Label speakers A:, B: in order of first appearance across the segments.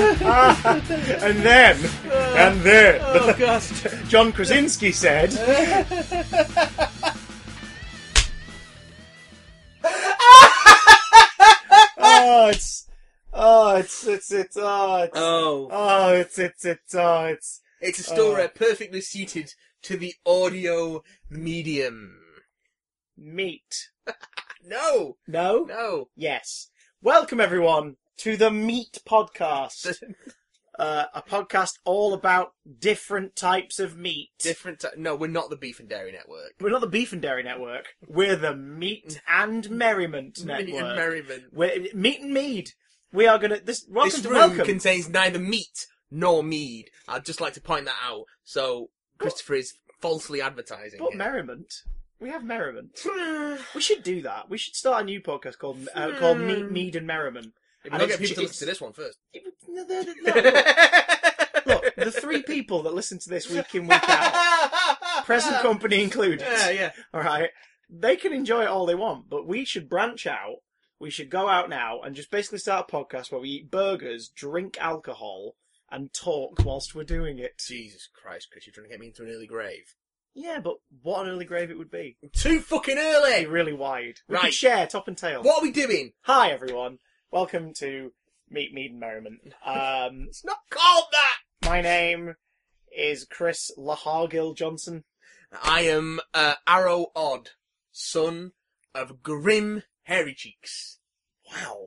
A: and then, and then,
B: Oh gosh.
A: John Krasinski said. oh, it's, oh, it's, it's, it's, oh, it's,
B: Oh,
A: oh, it's, it's, it's, oh, it's.
B: it's a story
A: Oh.
B: perfectly suited to the audio medium.
A: Meat.
B: No,
A: No?
B: no.
A: Yes. Welcome, everyone, to the Meat Podcast. Uh, a podcast all about different types of meat.
B: Different. T- no, we're not the Beef and Dairy Network.
A: We're not the Beef and Dairy Network. We're the Meat and Merriment Network.
B: Mm. Meat and merriment.
A: We're, meat and mead. We are gonna. This welcome
B: This
A: to
B: room
A: welcome.
B: contains neither meat nor mead. I'd just like to point that out. So Christopher is falsely advertising.
A: But
B: here.
A: merriment. We have merriment. We should do that. We should start a new podcast called uh, called Meat, Mead, and Merriment. And
B: If we don't
A: it's-
B: get people to
A: it's-
B: listen to this one first.
A: It would- no, no, no, no. Look, the three people that listen to this week in week out, present company included.
B: Yeah, yeah.
A: All right, they can enjoy it all they want, but we should branch out. We should go out now and just basically start a podcast where we eat burgers, drink alcohol, and talk whilst we're doing it.
B: Jesus Christ, Chris, you're trying to get me into an early grave.
A: Yeah, but what an early grave it would be.
B: Too fucking
A: Be
B: early.
A: really wide. We could
B: Right.
A: share top and tail.
B: What are we doing?
A: Hi everyone. Welcome to Meet Mead and Merriment. Um,
B: It's not called that.
A: my name is Chris Lahargill Johnson.
B: I am uh, Arrow Odd, son of Grim Hairy Cheeks.
A: Wow.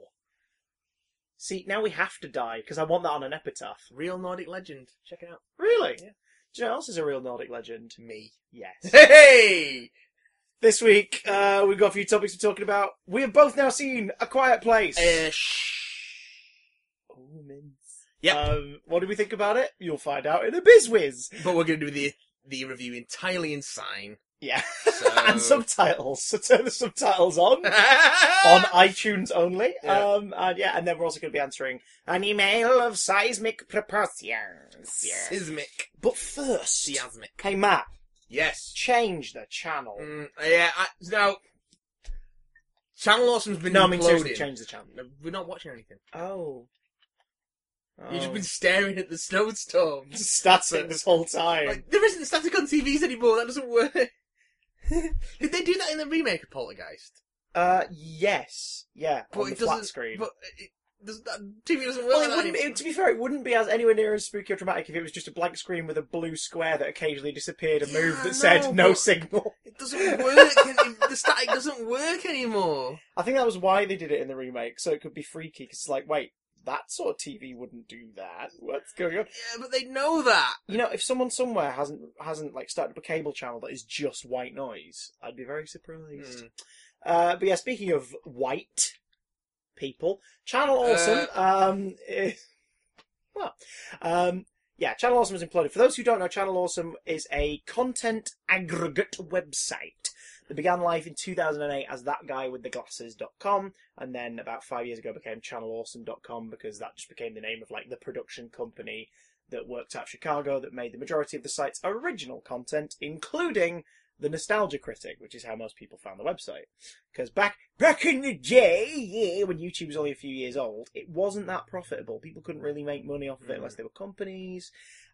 A: See, now we have to die because I want that on an epitaph.
B: Real Nordic legend. Check it out.
A: Really?
B: Yeah.
A: Do you know what else is a real Nordic legend?
B: Me.
A: Yes.
B: Hey!
A: this week uh, we've got a few topics we're talking about. We have both now seen A Quiet Place.
B: Uh, shh.
A: Omens.
B: Yep.
A: Um, what do we think about it? You'll find out in a bizwiz.
B: But we're going to do the the review entirely in sign.
A: Yeah.
B: So...
A: and subtitles. So turn the subtitles on. on iTunes only.
B: Yeah.
A: Um, and yeah, and then we're also going to be answering an email of seismic proportions. Yeah.
B: Seismic.
A: But first,
B: Seismic.
A: hey Matt,
B: Yes.
A: change the channel.
B: Mm, yeah, I, now, Channel Awesome's been
A: No, I mean seriously,
B: imploding.
A: change the channel.
B: No, We're not watching anything.
A: Oh,
B: You've just
A: Oh.
B: been staring at the snowstorms.
A: static this whole time.
B: Like, there isn't static on TVs anymore. That doesn't work. Did they do that in the remake of Poltergeist?
A: uh, yes, yeah,
B: But
A: on the
B: it doesn't.
A: flat screen.
B: But it, does that, TV doesn't work.
A: well,
B: like
A: it
B: that
A: wouldn't.
B: anymore.
A: It, to be fair, it wouldn't be as anywhere near as spooky or dramatic if it was just a blank screen with a blue square that occasionally disappeared and
B: Yeah,
A: moved that
B: I know,
A: said no
B: but-
A: signal.
B: It doesn't work. the static doesn't work anymore.
A: I think that was why they did it in the remake, so it could be freaky. Because it's like, wait, that sort of TV wouldn't do that. What's going on?
B: Yeah, but they know that.
A: You know, if someone somewhere hasn't hasn't like started up a cable channel that is just white noise, I'd be very surprised.
B: Mm.
A: Uh, but yeah, speaking of white people, Channel Awesome. um, eh, well, um, yeah, Channel Awesome has imploded. For those who don't know, Channel Awesome is a content aggregate website that began life in 2008 as that guy with the glasses.com and then about five years ago became channelawesome.com because that just became the name of like the production company that worked out of Chicago that made the majority of the site's original content, including the Nostalgia Critic, which is how most people found the website. Because back back in the day, yeah, when YouTube was only a few years old, it wasn't that profitable. People couldn't really make money off of it
B: Mm.
A: unless they were companies,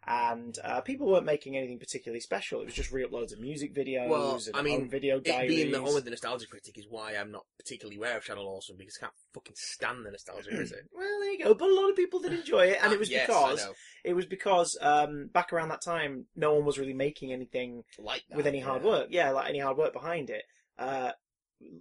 A: and uh, people weren't making anything particularly special. It was just re-uploads of music videos
B: Well,
A: and
B: I mean,
A: home video
B: It
A: diaries.
B: being the home of the Nostalgia Critic is why I'm not particularly aware of Channel Awesome because I can't fucking stand the Nostalgia Critic.
A: well, there you go. But a lot of people did enjoy it, and it was
B: Hmm. Ah, Yes, I
A: because
B: know.
A: it was because um, back around that time, no one was really making anything
B: like that,
A: with any hard
B: Oh, yeah.
A: work. Yeah, like any hard work behind it. Uh,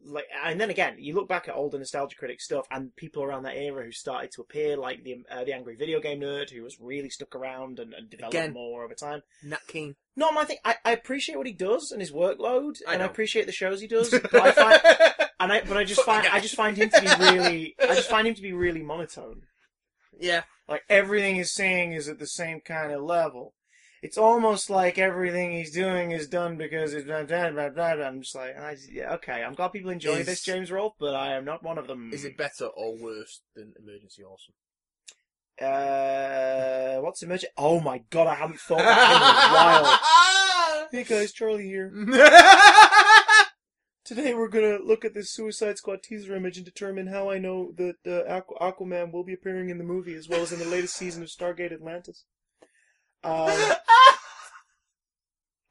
A: like, and then again, you look back at older nostalgia critic stuff, and people around that era who started to appear, like the uh, the angry video game nerd, who was really stuck around and, and developed
B: Again.
A: more over time.
B: Nat King.
A: Not my thing. I, I appreciate what he does and his workload,
B: I
A: and I
B: know.
A: appreciate the shows he does. But I find, and I, but I just
B: Fuck that
A: find, I
B: guy.
A: just find him to be really, I just find him to be really monotone.
B: yeah,
A: Like everything he's saying is at the same kind of level. It's almost like everything he's doing is done because it's blah blah blah blah. blah. I'm just like, I, yeah, okay, I'm glad people enjoy
B: Is-
A: this James Rolfe, but I am not one of them.
B: is it better or worse than Emergency Awesome?
A: Uh, what's emergent? Oh my god, I haven't thought that in a while. Hey guys, Charlie here. Today we're gonna look at this Suicide Squad teaser image and determine how I know that uh, Aqu- Aquaman will be appearing in the movie as well as in the latest season of Stargate Atlantis. Um,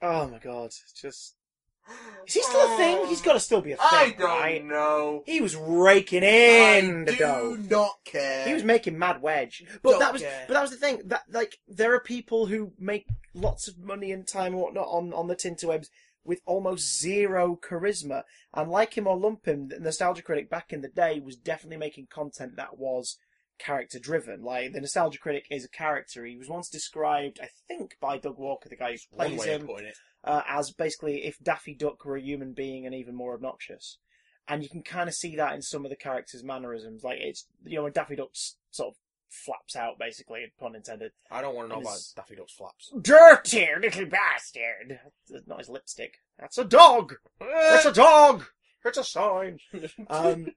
A: oh my god, it's just is he still a thing? He's got to still be a thing,
B: I don't
A: right?
B: know.
A: He was raking in
B: I
A: the
B: do
A: dough.
B: not care.
A: He was making mad wedge, but
B: Don't
A: that was
B: care.
A: but that was the thing that like there are people who make lots of money and time and whatnot on on the tinterwebs with almost zero charisma, and like him or lump him, the nostalgia critic back in the day was definitely making content that was character driven. Like the nostalgia critic is a character. He was once described, I think, by Doug Walker, the guy who
B: One
A: plays
B: way of
A: him,
B: putting it.
A: uh, as basically if Daffy Duck were a human being and even more obnoxious. And you can kind of see that in some of the characters' mannerisms. Like, it's, you know, when Daffy Duck s- sort of flaps out, basically, pun intended.
B: I don't want to know about
A: Is-
B: Daffy Duck's flaps.
A: Dirty little bastard! That's not his lipstick. That's a dog! It's a dog! It's a sign! Um,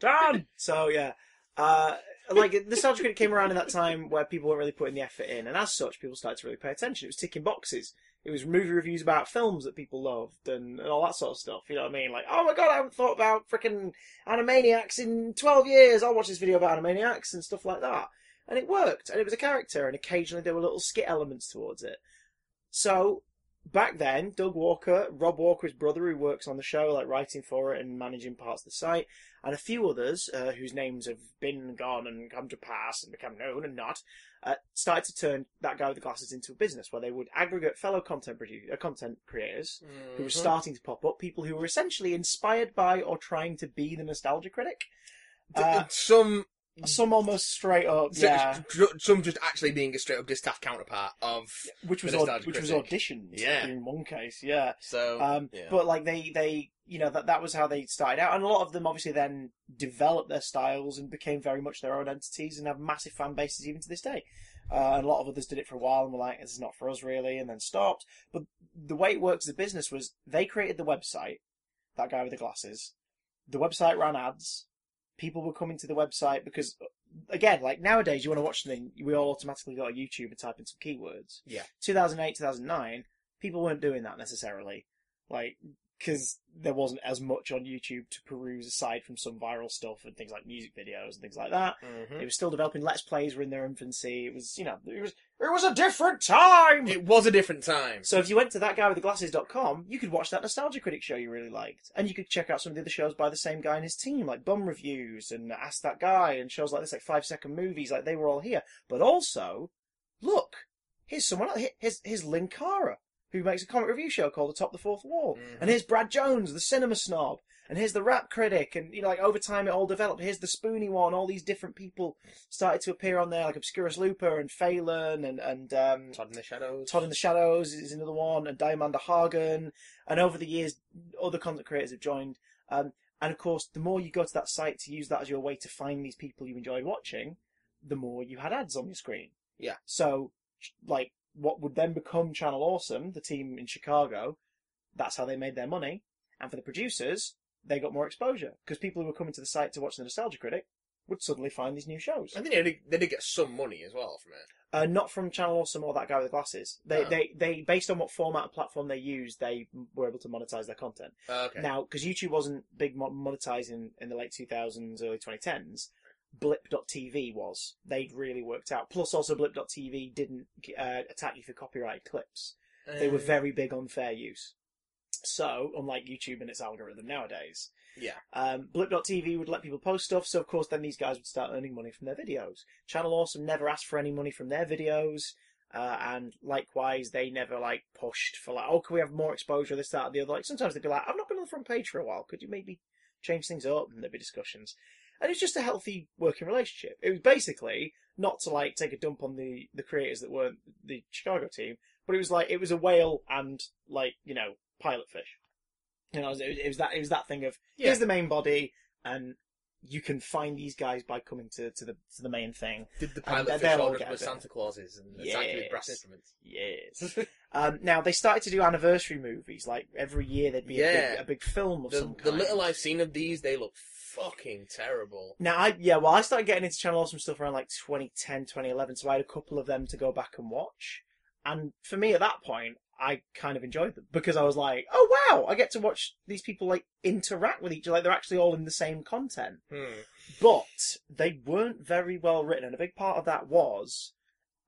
A: Dan! So, yeah. Uh, like, the nostalgia critic came around in that time where people weren't really putting the effort in, and as such, people started to really pay attention. It was ticking boxes. It was movie reviews about films that people loved and, and all that sort of stuff. You know what I mean? Like, oh my god, I haven't thought about freaking Animaniacs in 12 years. I'll watch this video about Animaniacs and stuff like that. And it worked. And it was a character, and occasionally there were little skit elements towards it. So, back then, Doug Walker, Rob Walker, his brother, who works on the show, like writing for it and managing parts of the site, and a few others uh, whose names have been gone and come to pass and become known and not, uh, started to turn that guy with the glasses into a business where they would aggregate fellow content produ- uh, content creators who
B: Mm-hmm.
A: were starting to pop up, people who were essentially inspired by or trying to be the nostalgia critic.
B: D-
A: Uh,
B: some,
A: some almost straight up,
B: s-
A: yeah,
B: dr- some just actually being a straight up distaff counterpart of.
A: which was
B: the
A: aud-
B: nostalgia
A: which was
B: critic.
A: auditioned,
B: Yeah.
A: in one case, yeah.
B: So,
A: Um,
B: yeah.
A: But like they, they, you know, that that was how they started out, and a lot of them obviously then developed their styles and became very much their own entities and have massive fan bases even to this day. Uh, and a lot of others did it for a while and were like, "This is not for us, really," and then stopped. But the way it worked as a business was they created the website. That guy with the glasses. The website ran ads. People were coming to the website because, uh, again, like nowadays, you want to watch something, we all automatically go to YouTube and type in some keywords.
B: Yeah.
A: 2008, 2009, people weren't doing that necessarily like because there wasn't as much on YouTube to peruse aside from some viral stuff and things like music videos and things like that.
B: Mhm.
A: It was still developing. Let's plays were in their infancy. It was you know it was it was a different time.
B: It was a different time.
A: so if you went to that guy with the glasses.com, you could watch that Nostalgia Critic show you really liked. And you could check out some of the other shows by the same guy and his team, like Bum Reviews and Ask That Guy and shows like this, like Five Second Movies, like they were all here. But also, look, here's someone else. Here- Here's, here's Linkara, who makes a comic review show called Atop the Fourth Wall.
B: Mhm.
A: And here's Brad Jones, the cinema snob. And here's the rap critic. And, you know, like over time it all developed. Here's the spoony one. All these different people started to appear on there, like Obscurus Looper and Phelan and, and, um,
B: Todd in the Shadows.
A: Todd in the Shadows is another one, and Diamanda Hagen, and over the years, other content creators have joined. Um, and of course, the more you go to that site to use that as your way to find these people you enjoyed watching, the more you had ads on your screen.
B: Yeah.
A: So, like, what would then become Channel Awesome, the team in Chicago, that's how they made their money. And for the producers, they got more exposure because people who were coming to the site to watch the Nostalgia Critic would suddenly find these new shows.
B: I think they did, they did get some money as well from it.
A: Uh, not from Channel Awesome or that guy with the glasses. They,
B: Oh.
A: they, they, based on what format and platform they used, they were able to monetize their content.
B: Uh, okay.
A: Now, because YouTube wasn't big mo- monetizing in the late 2000s, early 2010s, Blip.tv was. They'd really worked out. Plus, also Blip.tv didn't uh, attack you for copyrighted clips. They were
B: Um,
A: very big on fair use. So, unlike YouTube and its algorithm nowadays,
B: Yeah.
A: um, Blip.tv would let people post stuff, so of course then these guys would start earning money from their videos. Channel Awesome never asked for any money from their videos, uh, and likewise they never like pushed for like, oh, can we have more exposure? This, that, and the other. Like sometimes they'd be like, I've not been on the front page for a while. Could you maybe change things up? And there'd be discussions, and it's just a healthy working relationship. It was basically not to like take a dump on the the creators that weren't the Chicago team, but it was like it was a whale and like you know pilot fish. You know, it was, it was that it was that thing of
B: Yeah.
A: here's the main body, and you can find these guys by coming to, to the to the main thing.
B: Did the
A: and they're-
B: pilot
A: they're
B: fish
A: all
B: order
A: gathered.
B: with Santa Clauses and attack you with brass
A: Yes.
B: instruments?
A: Yes. um, now they started to do anniversary movies. Like every year, there'd be a, big,
B: Yeah.
A: a big film of
B: The,
A: some kind.
B: the little I've seen of these, they look fucking terrible.
A: Now, I yeah, well, I started getting into Channel Awesome stuff around like 2010, 2011, so I had a couple of them to go back and watch. And for me at that point, I kind of enjoyed them because I was like, oh wow, I get to watch these people like interact with each other. Like they're actually all in the same content.
B: Hmm.
A: But they weren't very well written. And a big part of that was,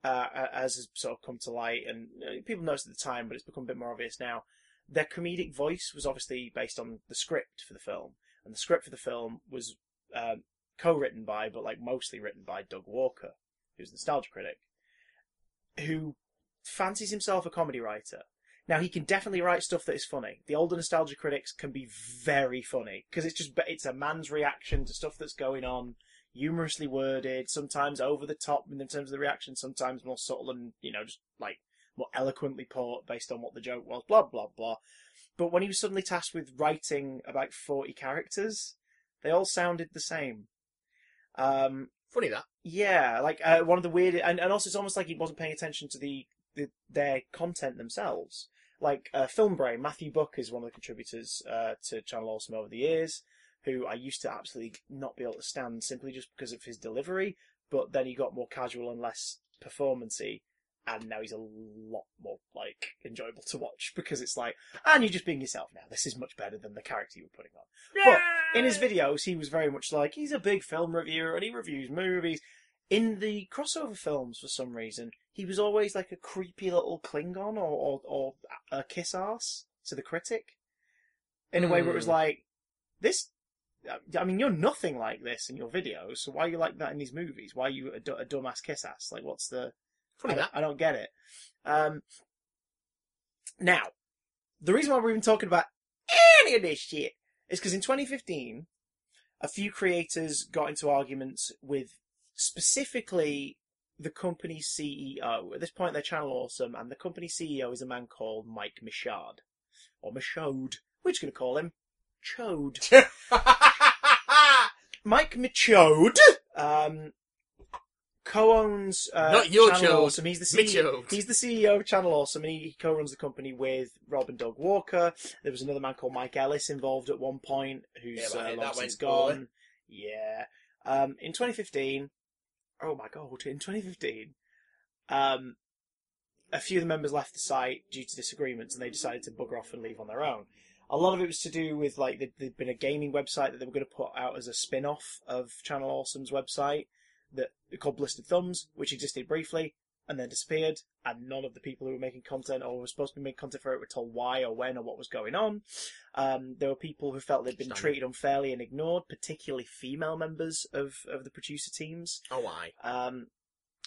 A: uh, a- as has sort of come to light and uh, people noticed at the time, but it's become a bit more obvious now, their comedic voice was obviously based on the script for the film. And the script for the film was um, co-written by, but like mostly written by Doug Walker, who's a nostalgia critic, who fancies himself a comedy writer. Now he can definitely write stuff that is funny. The older nostalgia critics can be very funny because it's just ba- it's a man's reaction to stuff that's going on, humorously worded, sometimes over the top in terms of the reaction, sometimes more subtle and you know just like more eloquently put based on what the joke was. Blah blah blah. But when he was suddenly tasked with writing about forty characters, they all sounded the same. Um,
B: Funny that.
A: yeah, like uh, one of the weird, and, and also it's almost like he wasn't paying attention to the, the their content themselves. Like uh, Filmbrain, Matthew Buck is one of the contributors uh, to Channel Awesome over the years, who I used to absolutely not be able to stand simply just because of his delivery. But then he got more casual and less performancy, and now he's a lot more like enjoyable to watch because it's like, and you're just being yourself now. This is much better than the character you were putting on But in his videos, he was very much like he's a big film reviewer and he reviews movies. In the crossover films, for some reason, he was always like a creepy little Klingon or or, or a kiss ass to the critic, in a way where it was
B: Hmm.
A: like this. I mean, you're nothing like this in your videos, so why are you like that in these movies? Why are you a, du- a dumbass kiss ass? Like, what's the
B: Funny
A: I,
B: that.
A: I don't get it. Um, now, the reason why we're even talking about any of this shit is because in 2015, a few creators got into arguments with specifically the company's CEO. At this point, they're Channel Awesome, and the company's CEO is a man called Mike Michaud. Or Michaud. We're just going to call him Chode. Mike Michaud um, co-owns uh,
B: Not your
A: Channel
B: Chode,
A: Awesome. He's the E CEO.
B: Mitchell.
A: He's the CEO of Channel Awesome, and he co-runs the company with Rob and Doug Walker. There was another man called Mike Ellis involved at one point,
B: Yeah,
A: who's
B: but I
A: uh,
B: think
A: long
B: that
A: since
B: went poorly.
A: gone. Yeah. Um, in 2015, oh my god, in 2015, um, a few of the members left the site due to disagreements, and they decided to bugger off and leave on their own. A lot of it was to do with like there'd, there'd been a gaming website that they were going to put out as a spin-off of Channel Awesome's website that called Blistered Thumbs, which existed briefly and then disappeared, and none of the people who were making content or were supposed to be making content for it were told why or when or what was going on. Um, there were people who felt they'd been
B: Standard.
A: treated unfairly and ignored, particularly female members of, of the producer teams.
B: Oh, why?
A: Um,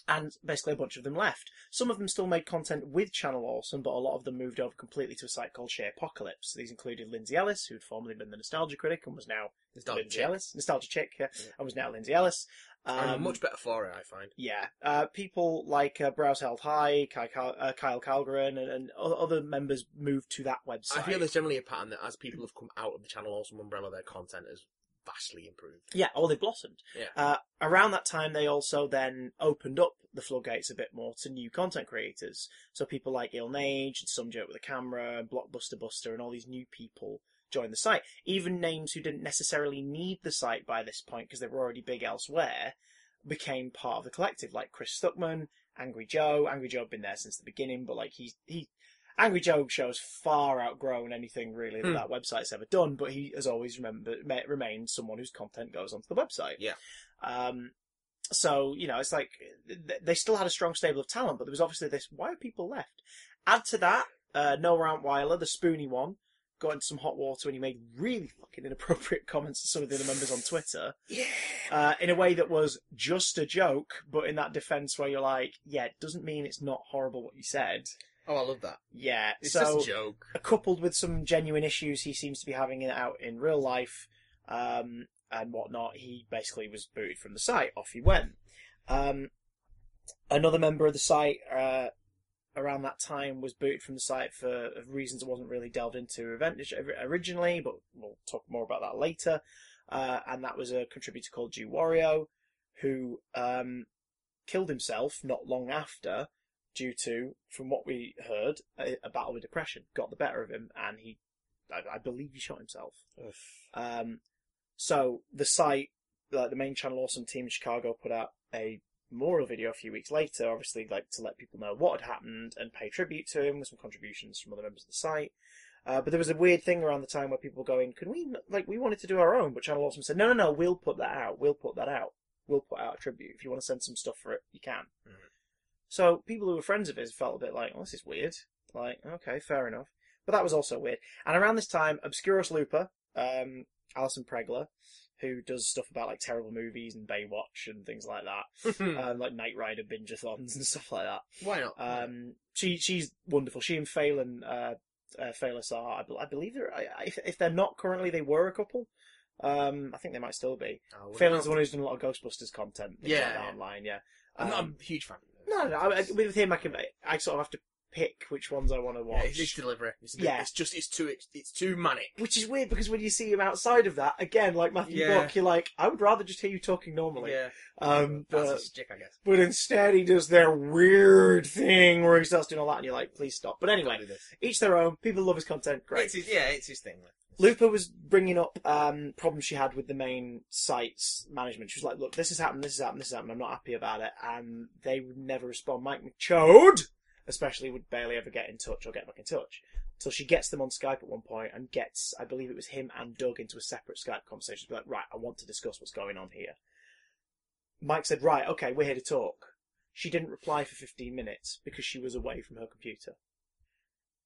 A: and basically a bunch of them left. Some of them still made content with Channel Awesome, but a lot of them moved over completely to a site called Sharepocalypse. These included Lindsay Ellis, who'd formerly been the Nostalgia Critic and was now
B: Nostalgia
A: Lindsay
B: chick.
A: Ellis, Nostalgia Chick, yeah,
B: Yeah.
A: and was now Lindsay Ellis.
B: I'm
A: Um,
B: much better for it, I find.
A: yeah, uh, people like uh, Browse Held High, Kai Cal- uh, Kyle Calgren, and, and o- other members moved to that website.
B: I feel there's generally a pattern that as people have come out of the Channel Awesome umbrella, their content has vastly improved.
A: Yeah, or they blossomed.
B: Yeah.
A: Uh, around that time, they also then opened up the floodgates a bit more to new content creators. So people like Il Nage and Some Joke with a Camera and Blockbuster Buster and all these new people joined the site. Even names who didn't necessarily need the site by this point because they were already big elsewhere became part of the collective, like Chris Stuckman, Angry Joe. Angry Joe had been there since the beginning, but like he he. Angry Joe shows far outgrown anything really that
B: Hmm.
A: that website's ever done, but he has always remembered, ma- remained someone whose content goes onto the website.
B: Yeah.
A: Um, so you know, it's like th- they still had a strong stable of talent, but there was obviously this. Why are people left? Add to that, uh, Noah Antweiler, the spoony one, got into some hot water and he made really fucking inappropriate comments to some of the other members on Twitter
B: Yeah.
A: uh, in a way that was just a joke, but in that defence where you're like, yeah, it doesn't mean it's not horrible what you said.
B: Oh, I love that.
A: Yeah,
B: It's
A: so
B: just a joke.
A: coupled with some genuine issues he seems to be having it out in real life um, and whatnot, he basically was booted from the site. Off he went. Um, another member of the site uh, around that time was booted from the site for reasons that wasn't really delved into event- originally, but we'll talk more about that later. Uh, and that was a contributor called G Wario, who um, killed himself not long after due to, from what we heard, a, a battle with depression got the better of him, and he, I, I believe, he shot himself. Um, so the site, like the main Channel Awesome team in Chicago, put out a memorial video a few weeks later, obviously, like to let people know what had happened and pay tribute to him with some contributions from other members of the site. Uh, but there was a weird thing around the time where people were going, "Can we like we wanted to do our own?" But Channel Awesome said, "No, no, no, we'll put that out. We'll put that out. We'll put out a tribute. If you want to send some stuff for it, you can."
B: Mhm.
A: So people who were friends of his felt a bit like, "Well, this is weird." Like, okay, fair enough. But that was also weird. And around this time, Obscurus Looper, um, Alison Pregler, who does stuff about like terrible movies and Baywatch and things like that,
B: Hmm.
A: um, like Night Rider bingeathons and stuff like that.
B: Why not?
A: Um, she she's wonderful. She and Phelan, uh, uh, Phelis are, I, bel I believe, they're, I, I- if, if they're not currently, they were a couple. Um, I think they might still be.
B: I wouldn't
A: Phelan's the
B: know.
A: one who's done a lot of Ghostbusters content, things
B: Yeah,
A: like that
B: yeah.
A: online. Yeah,
B: I'm not
A: Um,
B: a huge fan. of
A: no, no, no. I, I-
B: It's-
A: with him, I can, I sort of have to pick which ones I want to
B: yeah,
A: watch.
B: it's, it's delivery. It's, a bit-
A: Yeah.
B: it's just it's too it's, it's too manic.
A: which is weird because when you see him outside of that, again, like Matthew
B: Yeah.
A: Buck, you're like, I would rather just hear you talking normally.
B: Yeah,
A: Um,
B: that's
A: but-
B: his stick, I guess.
A: But instead, he does their weird thing where he starts doing all that, and you're like, please stop. But anyway,
B: Can't do this.
A: each their own. People love his content. Great.
B: It's his, yeah, it's his thing.
A: Looper was bringing up um, problems she had with the main site's management. She was like, look, this has happened, this has happened, this has happened. I'm not happy about it. And they would never respond. Mike McChode, especially, would barely ever get in touch or get back in touch. Till she gets them on Skype at one point and gets, I believe it was him and Doug, into a separate Skype conversation. She's like, right, I want to discuss what's going on here. Mike said, right, okay, we're here to talk. She didn't reply for 15 minutes because she was away from her computer.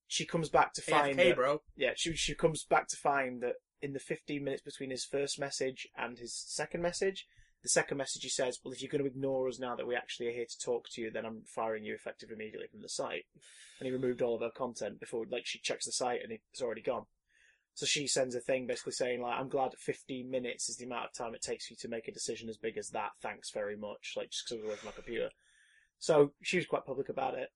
A: She comes back to find
B: AFK,
A: that-
B: bro.
A: yeah, she she comes back to find that in the 15 minutes between his first message and his second message, the second message he says, "Well, if you're going to ignore us now that we actually are here to talk to you, then I'm firing you effective immediately from the site." And he removed all of her content before, like, she checks the site and it's already gone. So she sends a thing basically saying, like, "I'm glad 15 minutes is the amount of time it takes for you to make a decision as big as that. Thanks very much." Like, just because I was away from my computer. So she was quite public about it.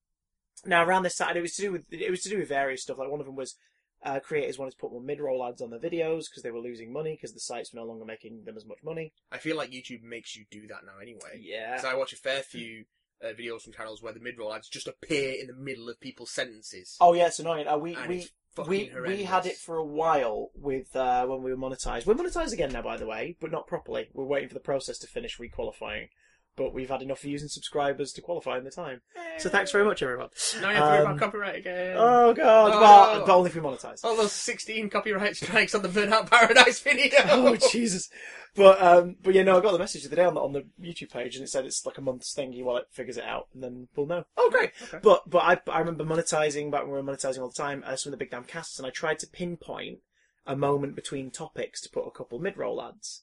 A: Now around this time, it was to do with it was to do with various stuff. Like one of them was uh, creators wanted to put more mid-roll ads on their videos because they were losing money because the sites were no longer making them as much money.
B: I feel like YouTube makes you do that now anyway.
A: Yeah,
B: Because I watch a fair few uh, videos from channels where the mid-roll ads just appear in the middle of people's sentences.
A: Oh yeah, it's annoying. Uh, we
B: and
A: we
B: it's fucking
A: we, we
B: horrendous.
A: had it for a while with uh, when we were monetized. We're monetized again now, by the way, but not properly. We're waiting for the process to finish requalifying. But we've had enough views and subscribers to qualify in the time. So thanks very much, everyone.
B: Now you have to worry about
A: Um,
B: copyright again.
A: Oh god,
B: Oh.
A: well, but only if we monetize.
B: All those 16 copyright strikes on the Burnout Paradise video.
A: oh Jesus! But um, but yeah, no, I got the message the other day on the, on the YouTube page, and it said it's like a month's thingy while it figures it out, and then we'll know. Oh, great!
B: Okay.
A: But but I I remember monetizing back when we were monetizing all the time uh, some of the big damn casts, and I tried to pinpoint a moment between topics to put a couple mid roll ads,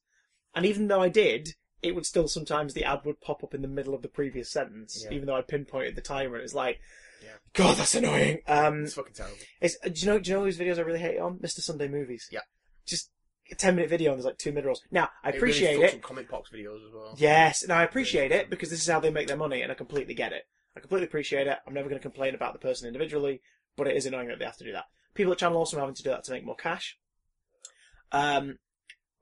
A: and even though I did. It would still sometimes the ad would pop up in the middle of the previous sentence,
B: Yeah.
A: even though I pinpointed the timer. It was like,
B: Yeah.
A: God, that's annoying. Um,
B: It's fucking terrible.
A: it's, uh, do you know? Do you know whose videos I really hate on? Mr. Sunday Movies.
B: Yeah.
A: Just a ten minute video and there's like two mid rolls. Now I appreciate
B: really
A: it.
B: fucks with comic box videos as well.
A: Yes, and I appreciate
B: Really
A: it because this is how they make their money, and I completely get it. I completely appreciate it. I'm never going to complain about the person individually, but it is annoying that they have to do that. People at Channel also are having to do that to make more cash. Um,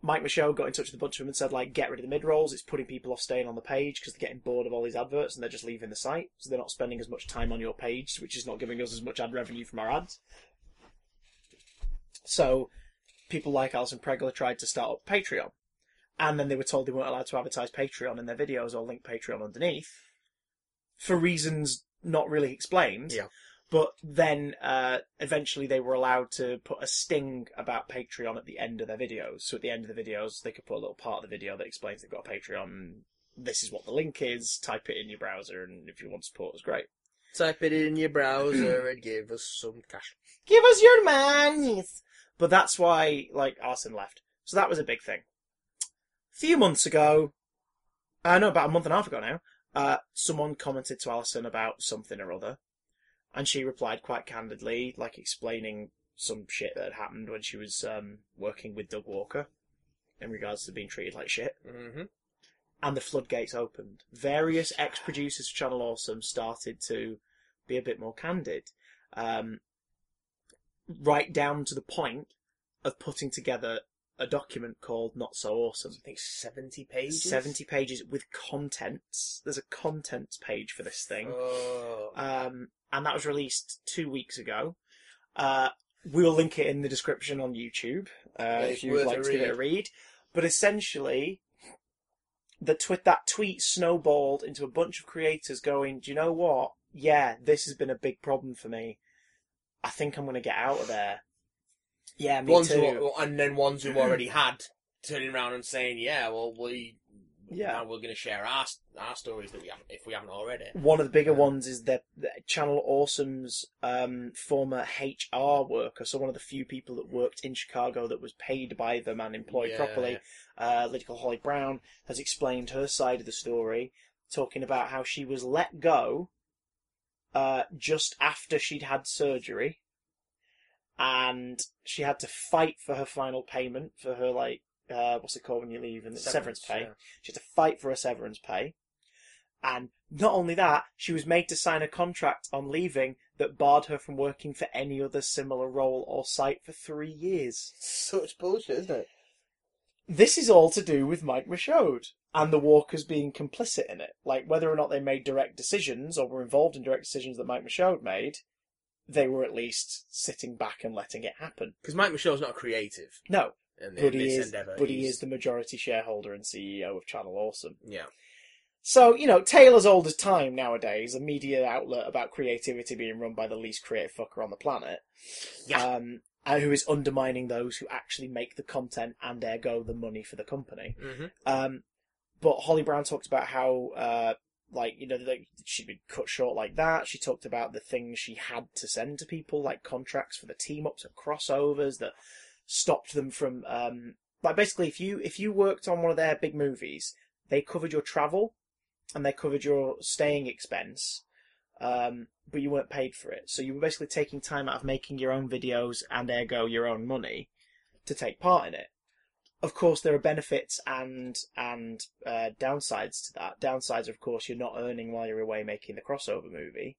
A: Mike Michaud got in touch with a bunch of them and said, like, get rid of the mid rolls. It's putting people off staying on the page because they're getting bored of all these adverts and they're just leaving the site, so they're not spending as much time on your page, which is not giving us as much ad revenue from our ads. So, people like Alison Pregler tried to start up Patreon and then they were told they weren't allowed to advertise Patreon in their videos or link Patreon underneath for reasons not really explained.
B: Yeah.
A: But then uh, eventually they were allowed to put a sting about Patreon at the end of their videos. So at the end of the videos, they could put a little part of the video that explains they've got a Patreon. This is what the link is. Type it in your browser, and if you want support, it's great.
B: Type it in your browser and give us some cash.
A: Give us your money. But that's why, like, Arson left. So that was a big thing. A few months ago, uh, no, about a month and a half ago now, uh, someone commented to Alison about something or other, and she replied quite candidly, like explaining some shit that had happened when she was um, working with Doug Walker in regards to being treated like shit
B: Mm-hmm.
A: and the floodgates opened. Various ex-producers of Channel Awesome started to be a bit more candid, um, right down to the point of putting together a document called "Not So Awesome."
B: I think 70 pages?
A: 70 pages with contents. There's a contents page for this thing
B: Oh.
A: um, and that was released two weeks ago. Uh, we'll link it in the description on YouTube uh,
B: it's
A: if you'd
B: worth
A: like
B: a
A: to give it a read. But essentially, the twi- that tweet snowballed into a bunch of creators going, "Do you know what? Yeah, this has been a big problem for me. I think I'm going to get out of there." Yeah, me
B: ones
A: too.
B: who, and then ones who already had turning around and saying, "Yeah, well, we,
A: Yeah.
B: now we're going to share our our stories that we haven't, if we haven't already."
A: One of the bigger ones is that that Channel Awesome's um, former HR worker, so one of the few people that worked in Chicago that was paid by them and employed
B: Yeah.
A: properly, uh, lady called Holly Brown, has explained her side of the story, talking about how she was let go uh, just after she'd had surgery, and she had to fight for her final payment for her like uh, what's it called when you leave and severance, pay.
B: yeah.
A: She had to fight for her severance pay. And not only that, she was made to sign a contract on leaving that barred her from working for any other similar role or site for three years.
B: Such bullshit, isn't it?
A: This is all to do with Mike Michaud and the Walkers being complicit in it. Like, whether or not they made direct decisions or were involved in direct decisions that Mike Michaud made, they were at least sitting back and letting it happen.
B: Because Mike Michelle's not creative
A: No,
B: in,
A: but
B: in
A: he
B: this
A: is,
B: endeavor.
A: but he
B: He's-
A: is the majority shareholder and CEO of Channel Awesome.
B: Yeah,
A: So, you know, tale as old as time nowadays, a media outlet about creativity being run by the least creative fucker on the planet.
B: Yeah.
A: Um, and who is undermining those who actually make the content and ergo the money for the company.
B: hmm
A: Um, but Holly Brown talked about how, uh, like, you know, that she'd been cut short like that. She talked about the things she had to send to people, like contracts for the team ups and crossovers that stopped them from, um, like basically if you, if you worked on one of their big movies, they covered your travel and they covered your staying expense. Um, but you weren't paid for it. So you were basically taking time out of making your own videos and ergo your own money to take part in it of course there are benefits and and uh, downsides to that. Downsides, of course, you're not earning while you're away making the crossover movie,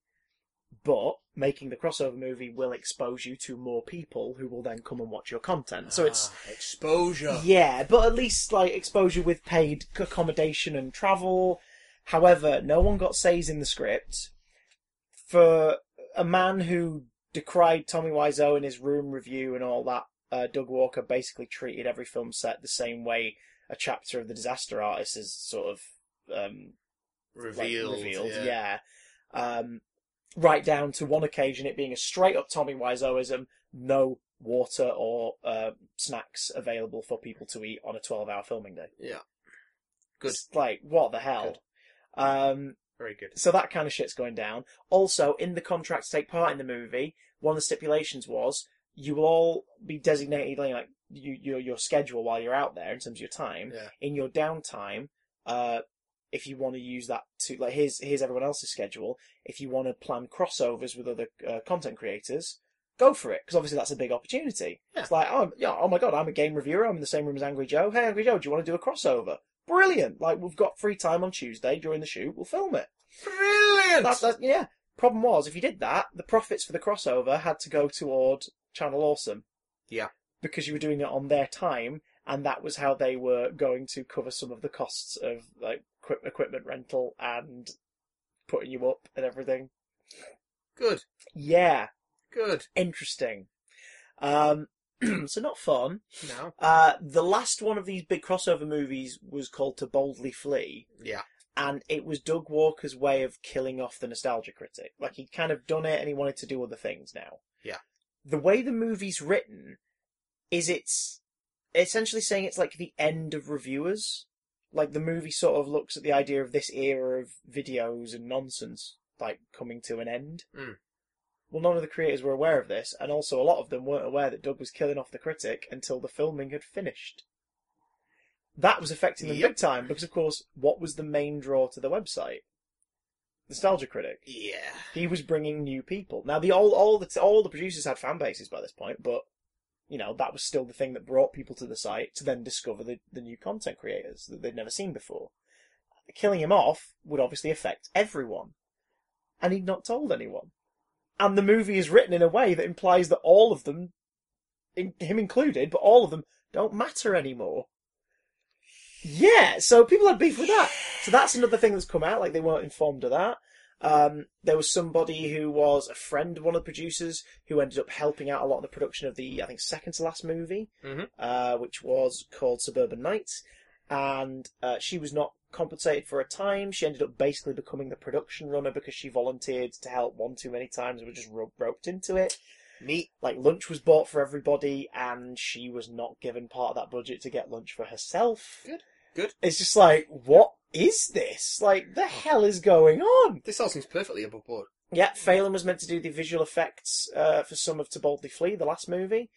A: but making the crossover movie will expose you to more people who will then come and watch your content. So it's
B: Ah, exposure.
A: yeah, but at least like exposure with paid c- accommodation and travel. However, no one got says in the script. For a man who decried Tommy Wiseau in his room review and all that, uh, Doug Walker basically treated every film set the same way a chapter of the Disaster Artist is sort of um, like,
B: Revealed.
A: revealed,
B: yeah.
A: yeah. Um, right down to one occasion it being a straight up Tommy Wiseauism, no water or uh, snacks available for people to eat on a 12 hour filming day.
B: Yeah. Good.
A: It's like, what the hell? Um,
B: Very good.
A: so that kind of shit's going down. Also, in the contract to take part in the movie, one of the stipulations was you will all be designated like you, your your schedule while you're out there in terms of your time
B: Yeah.
A: in your downtime, uh, if you want to use that to like here's here's everyone else's schedule. If you want to plan crossovers with other uh, content creators, go for it because obviously that's a big opportunity.
B: Yeah.
A: It's like oh yeah, oh my god, I'm a game reviewer. I'm in the same room as Angry Joe. Hey Angry Joe, do you want to do a crossover? Brilliant! Like we've got free time on Tuesday during the shoot. We'll film it.
B: Brilliant.
A: That's, that's yeah. Problem was, if you did that, the profits for the crossover had to go toward Channel Awesome.
B: Yeah.
A: Because you were doing it on their time, and that was how they were going to cover some of the costs of like equip- equipment rental and putting you up and everything.
B: Good.
A: Yeah,
B: Good.
A: interesting. Um, so not fun.
B: Now.
A: Uh, the last one of these big crossover movies was called To Boldly Flee.
B: Yeah.
A: and it was Doug Walker's way of killing off the nostalgia critic. Like he'd kind of done it and he wanted to do other things now.
B: Yeah.
A: The way the movie's written is it's essentially saying it's like the end of reviewers. Like the movie sort of looks at the idea of this era of videos and nonsense like coming to an end.
B: Mm.
A: Well, none of the creators were aware of this, and also a lot of them weren't aware that Doug was killing off the critic until the filming had finished that was affecting them
B: Yep.
A: big time because, of course, what was the main draw to the website? Nostalgia Critic.
B: Yeah.
A: He was bringing new people. Now, the all all the all the producers had fan bases by this point, but you know that was still the thing that brought people to the site to then discover the, the new content creators that they'd never seen before. Killing him off would obviously affect everyone, and he'd not told anyone. And the movie is written in a way that implies that all of them, in, him included, but all of them don't matter anymore. Yeah, so people had beef with that. So that's another thing that's come out. Like they weren't informed of that. Um, there was somebody who was a friend, of one of the producers, who ended up helping out a lot in the production of the, I think, second to last movie,
B: Mhm.
A: uh, which was called Suburban Nights, and uh, she was not compensated for her time. She ended up basically becoming the production runner because she volunteered to help one too many times and was just ro- roped into it.
B: Neat.
A: Like lunch was bought for everybody, and she was not given part of that budget to get lunch for herself.
B: Good. Good.
A: It's just like, what is this? Like, the hell is going on?
B: This all seems perfectly above board.
A: Yeah, Phelan was meant to do the visual effects uh, for some of To Boldly Flee, the last movie,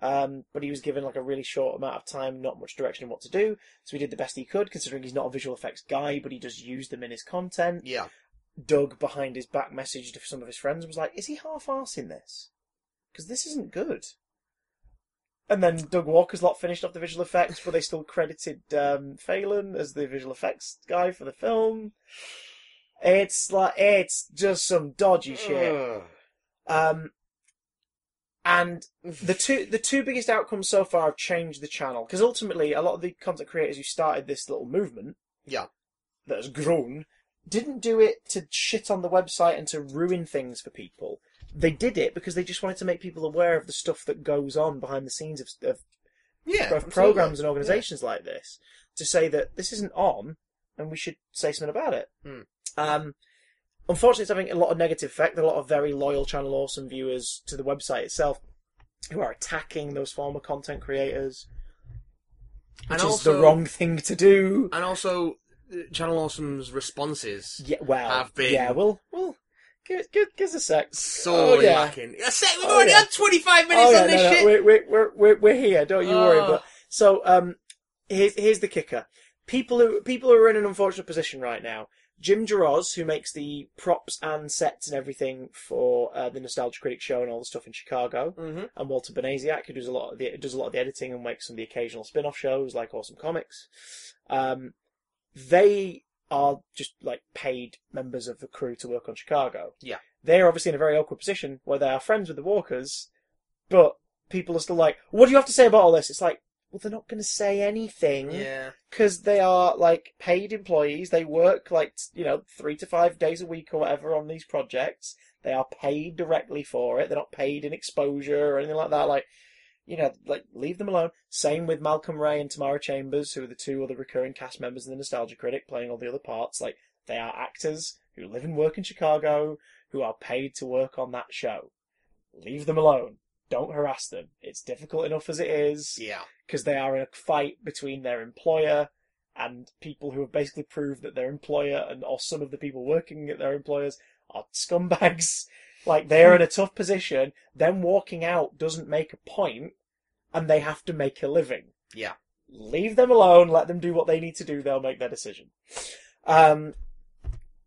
A: um, but he was given like a really short amount of time, not much direction on what to do. So he did the best he could, considering he's not a visual effects guy, but he does use them in his content.
B: Yeah.
A: Doug, behind his back, messaged to some of his friends and was like, "Is he half-assing this? Because this isn't good." And then Doug Walker's lot finished off the visual effects, but they still credited um, Phelan as the visual effects guy for the film. It's like it's just some dodgy shit.
B: Ugh.
A: Um, and the two the two biggest outcomes so far have changed the channel because ultimately a lot of the content creators who started this little movement,
B: Yeah.
A: that has grown, didn't do it to shit on the website and to ruin things for people. They did it because they just wanted to make people aware of the stuff that goes on behind the scenes of, of
B: Yeah.
A: both
B: absolutely.
A: programs and
B: Yeah.
A: organizations like this to say that this isn't on and we should say something about it.
B: Hmm.
A: Um, unfortunately, it's having a lot of negative effect. A lot of very loyal Channel Awesome viewers to the website itself who are attacking those former content creators, which
B: And
A: is
B: also,
A: the wrong thing to do.
B: And also, uh, Channel Awesome's responses
A: Yeah, well,
B: Have been-
A: yeah, well, well, give, give, give us a sec.
B: sorely
A: oh, yeah.
B: lacking. I said we've
A: Oh,
B: already
A: yeah.
B: had 25 minutes
A: oh, yeah,
B: on this
A: no, no,
B: shit.
A: We're, we're, we're, we're, we're here. Don't you worry.
B: Ah.
A: But so, um, here's, here's the kicker. People who, people who are in an unfortunate position right now. Jim Jarosz, who makes the props and sets and everything for uh, the Nostalgia Critic show and all the stuff in Chicago,
B: Mm-hmm.
A: and Walter Benasiak, who does a lot of the does a lot of the editing and makes some of the occasional spin-off shows like Awesome Comics. Um, they are just like paid members of the crew to work on Chicago.
B: Yeah.
A: They're obviously in a very awkward position where they are friends with the Walkers, but people are still like, what do you have to say about all this? It's like, well, they're not going to say anything
B: Yeah.
A: because they are like paid employees. They work like, you know, three to five days a week or whatever on these projects. They are paid directly for it. They're not paid in exposure or anything like that. Like, you know, like leave them alone. Same with Malcolm Ray and Tamara Chambers, who are the two other recurring cast members in the Nostalgia Critic, playing all the other parts. Like, they are actors who live and work in Chicago, who are paid to work on that show. Leave them alone. Don't harass them. It's difficult enough as it is
B: Yeah.
A: because they are in a fight between their employer and people who have basically proved that their employer and or some of the people working at their employers are scumbags. Like they're in a tough position. Them walking out doesn't make a point, and they have to make a living.
B: Yeah.
A: Leave them alone. Let them do what they need to do. They'll make their decision. Um,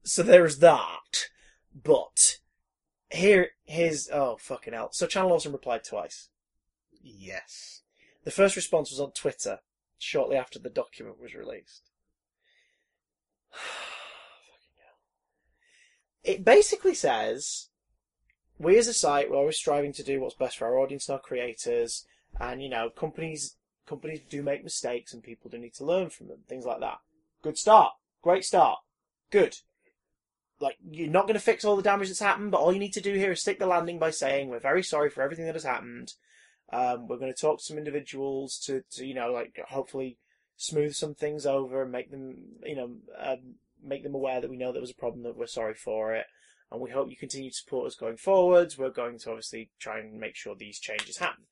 A: so there's that. But here, here's oh fucking hell. So Channel Awesome replied twice.
B: Yes.
A: The first response was on Twitter shortly after the document was released. Fucking hell. It basically says we as a site we're always striving to do what's best for our audience and our creators, and you know companies companies do make mistakes and people do need to learn from them, things like that. Good start, great start, good. Like you're not going to fix all the damage that's happened, but all you need to do here is stick the landing by saying we're very sorry for everything that has happened. Um, we're going to talk to some individuals to, to, you know, like hopefully smooth some things over and make them, you know, um, make them aware that we know there was a problem that we're sorry for it. And we hope you continue to support us going forwards. We're going to obviously try and make sure these changes happen.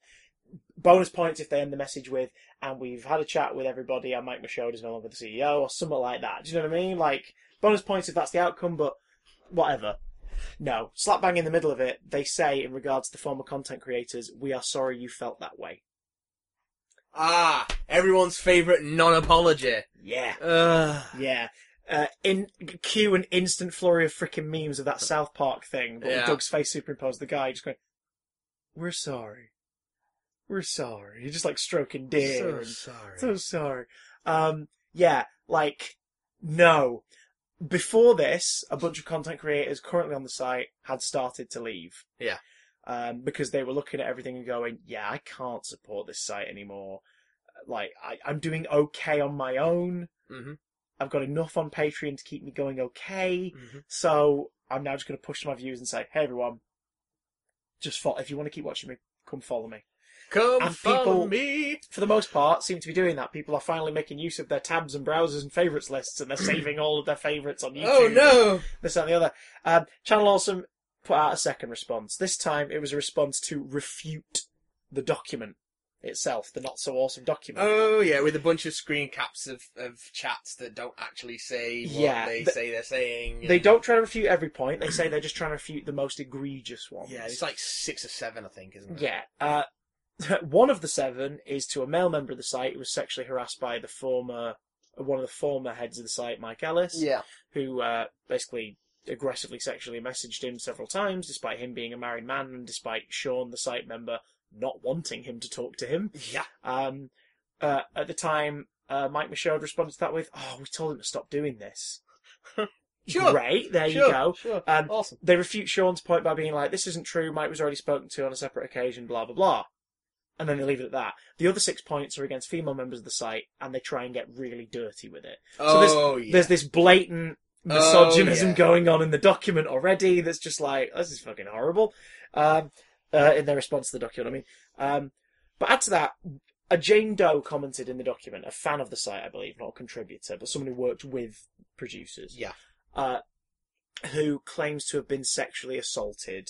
A: Bonus points if they end the message with, and we've had a chat with everybody, and Mike Michaud is no longer the CEO, or something like that. Do you know what I mean? Like, bonus points if that's the outcome, but whatever. No, slap bang in the middle of it, they say in regards to former content creators, we are sorry you felt that way.
B: Ah, everyone's favourite non-apology.
A: Yeah.
B: Ugh.
A: Yeah. Uh, in cue an instant flurry of freaking memes of that South Park thing, but
B: Yeah.
A: with Doug's face superimposed, the guy just going, "We're sorry, we're sorry." He's just like stroking deer.
B: So
A: and-
B: sorry.
A: So sorry. Um, yeah, like, no. Before this, a bunch of content creators currently on the site had started to leave.
B: Yeah.
A: Um, because they were looking at everything and going, yeah, I can't support this site anymore. Like, I, I'm doing okay on my own.
B: hmm
A: I've got enough on Patreon to keep me going okay.
B: Mm-hmm.
A: So I'm now just going to push to my views and say, hey everyone, just follow, if you want to keep watching me, come follow me.
B: Come
A: And people-
B: follow me.
A: for the most part, seem to be doing that. People are finally making use of their tabs and browsers and favourites lists, and they're saving all of their favourites on YouTube.
B: Oh no!
A: This and the other. Um, Channel Awesome put out a second response. This time, it was a response to refute the document itself, the not so awesome document.
B: Oh yeah, with a bunch of screen caps of, of chats that don't actually say what
A: Yeah,
B: they
A: th-
B: say they're saying.
A: They
B: and-
A: don't try to refute every point. They say they're just trying to refute the most egregious ones.
B: Yeah, it's like six or seven, I think, isn't it?
A: Yeah. Uh, one of the seven is to a male member of the site who was sexually harassed by the former, one of the former heads of the site, Mike Ellis.
B: Yeah.
A: who uh, basically aggressively sexually messaged him several times, despite him being a married man and despite Sean, the site member, not wanting him to talk to him.
B: Yeah.
A: Um, uh, at the time, uh, Mike Michaud responded to that with, "Oh, we told him to stop doing this."
B: Sure.
A: Great, there
B: sure,
A: you go.
B: Sure.
A: Um,
B: awesome.
A: They refute Sean's point by being like, "This isn't true. Mike was already spoken to on a separate occasion." Blah blah blah. And then they leave it at that. The other six points are against female members of the site, and they try and get really dirty with it. so there's-
B: oh yeah.
A: there's this blatant
B: Oh,
A: misogynism
B: yeah.
A: going on in the document already that's just like oh, this is fucking horrible um, uh, in their response to the document i mean um, but add to that a jane doe commented in the document a fan of the site i believe not a contributor but someone who worked with producers
B: Yeah.
A: uh, who claims to have been sexually assaulted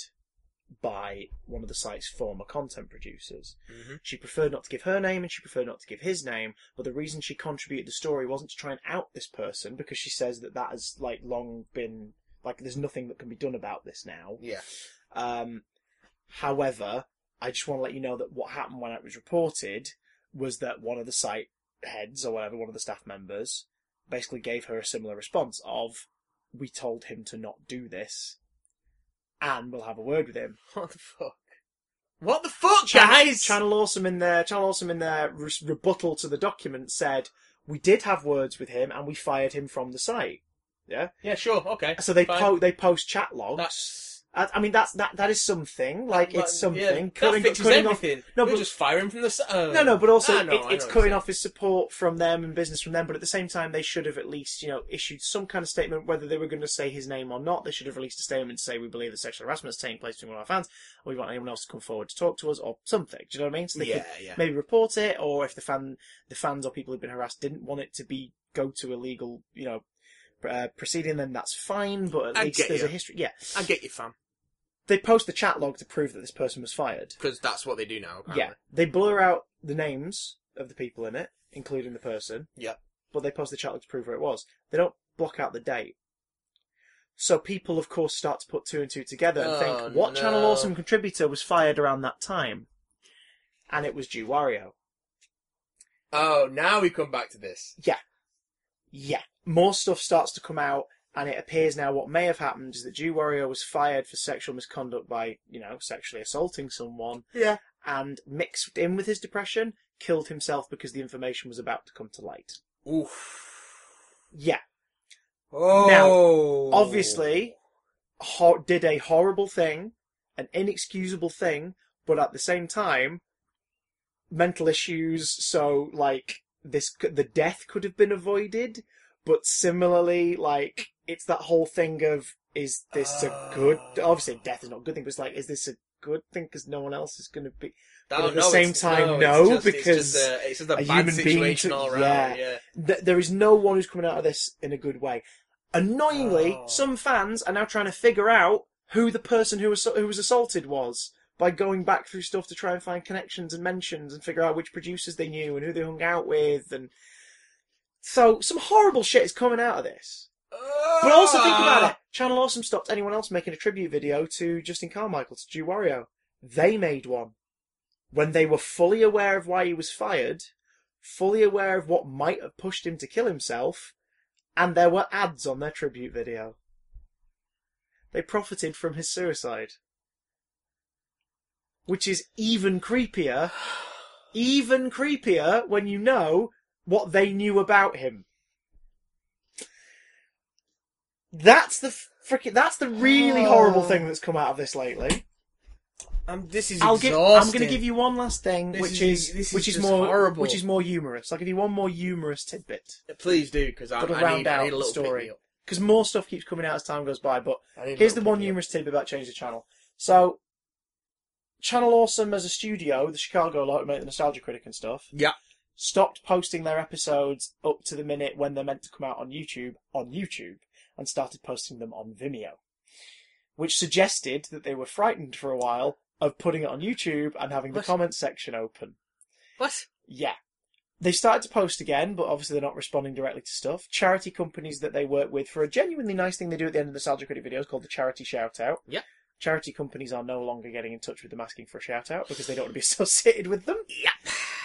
A: by one of the site's former content producers
B: Mhm.
A: she preferred not to give her name and she preferred not to give his name, but the reason she contributed the story wasn't to try and out this person because she says that that has like long been like there's nothing that can be done about this now.
B: Yeah.
A: Um, however, I just want to let you know that what happened when it was reported was that one of the site heads or whatever, one of the staff members, basically gave her a similar response of, "We told him to not do this, and we'll have a word with him."
B: What the fuck? What the fuck,
A: Channel,
B: guys?
A: Channel Awesome in their Channel Awesome in their re- rebuttal to the document said we did have words with him and we fired him from the site. Yeah.
B: Yeah, sure. Okay.
A: So they
B: Fine.
A: po- they post chat logs.
B: That's.
A: I, I mean that's that that is something. Like it's
B: Like,
A: something.
B: yeah, that fixes
A: off.
B: everything.
A: No,
B: We'll
A: but-
B: just fire him from the. s- Uh,
A: No, no, but also
B: I know,
A: it,
B: I know
A: it's
B: what
A: cutting
B: you're
A: off his support from them and business from them. But at the same time, they should have at least you know issued some kind of statement, whether they were going to say his name or not. They should have released a statement to say we believe that sexual harassment is taking place between one of our fans. Or we want anyone else to come forward to talk to us or something. Do you know what I mean? So they
B: saying.
A: could
B: yeah, yeah.
A: maybe report it, or if the fan, the fans or people who've been harassed didn't want it to be go to a legal, you know, pr- uh, proceeding, then that's fine. But at
B: I
A: least
B: get
A: there's
B: you.
A: a history. Yeah,
B: I get you, fam,
A: they post the chat log to prove that this person was fired.
B: because that's what they do now. Apparently.
A: Yeah, they blur out the names of the people in it, including the person.
B: Yep.
A: but they post the chat log to prove where it was. They don't block out the date. So people, of course, start to put two and two together and
B: Oh,
A: think, what Channel
B: no.
A: Awesome contributor was fired around that time? And it was Jew Wario.
B: Oh, now we come back to this.
A: yeah, more stuff starts to come out, and it appears now what may have happened is that Jew Warrior was fired for sexual misconduct by, you know, sexually assaulting someone,
B: Yeah.
A: and mixed in with his depression, killed himself because the information was about to come to light.
B: Oof.
A: Yeah,
B: Oh.
A: obviously, ho- did a horrible thing, an inexcusable thing, but at the same time, mental issues. So, like this, c- the death could have been avoided, but similarly, like it's that whole thing of is this a good?
B: Ah.
A: Obviously, death is not a good thing, but it's like, is this a good thing? Because no one else is going to be.
B: No,
A: but at the
B: no,
A: same
B: it's-
A: time,
B: no,
A: no,
B: it's just, it's
A: because
B: just a, it's just a,
A: a
B: bad
A: human being
B: situation
A: took-
B: all around.
A: yeah.
B: Yeah.
A: Th- there is no one who's coming out of this in a good way. Annoyingly,
B: Oh.
A: some fans are now trying to figure out who the person who was who was assaulted was by going back through stuff to try and find connections and mentions and figure out which producers they knew and who they hung out with and so some horrible shit is coming out of this. But also think about it. Channel Awesome stopped anyone else making a tribute video to Justin Carmichael to Jew Wario. They made one when they were fully aware of why he was fired, fully aware of what might have pushed him to kill himself, and there were ads on their tribute video. They profited from his suicide. Which is even creepier, even creepier when you know what they knew about him. That's the freaking, that's the really horrible thing that's come out of this lately.
B: Um, this is
A: I'll give, I'm going to
B: exhausting.
A: give you one last thing,
B: This
A: which
B: is-
A: is,
B: this is
A: which is
B: just
A: more
B: horrible.
A: which is more humorous. I'll give you one more humorous tidbit
B: Please do, because I, I,
A: Gotta
B: need-
A: round
B: I
A: out
B: need a
A: the
B: little
A: story.
B: pick-me-up.
A: because more stuff keeps coming out as time goes by. But
B: I need a
A: here's the
B: little
A: one
B: pick-me-up.
A: humorous tidbit about change the channel. So, Channel Awesome as a studio, the Chicago lot who make the Nostalgia Critic and stuff,
B: Yeah.
A: stopped posting their episodes up to the minute when they're meant to come out on YouTube on YouTube and started posting them on Vimeo, which suggested that they were frightened for a while of putting it on YouTube and having the
B: What?
A: comments section open.
B: What?
A: Yeah. They started to post again, but obviously they're not responding directly to stuff. Charity companies that they work with for a genuinely nice thing they do at the end of the Nostalgia Critic videos called the Charity Shout Out.
B: Yeah.
A: Charity companies are no longer getting in touch with them asking for a shout out because they don't want to be associated with them.
B: Yeah.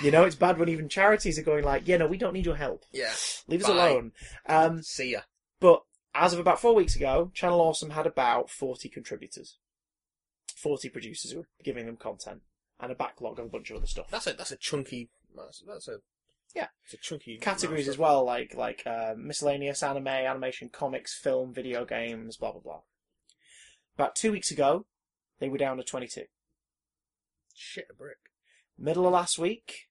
A: You know, it's bad when even charities are going like, yeah, no, we don't need your help.
B: Yeah.
A: Leave us
B: Bye.
A: alone. Um,
B: See ya.
A: but as of about four weeks ago, Channel Awesome had about 40 contributors, 40 producers who were giving them content, and a backlog of a bunch of other stuff.
B: That's a that's a chunky. That's, that's a
A: Yeah.
B: It's a chunky
A: categories as well, like like uh, miscellaneous anime, animation, comics, film, video games, blah blah blah. About two weeks ago, they were down to twenty-two.
B: Shit, a brick.
A: Middle of last week,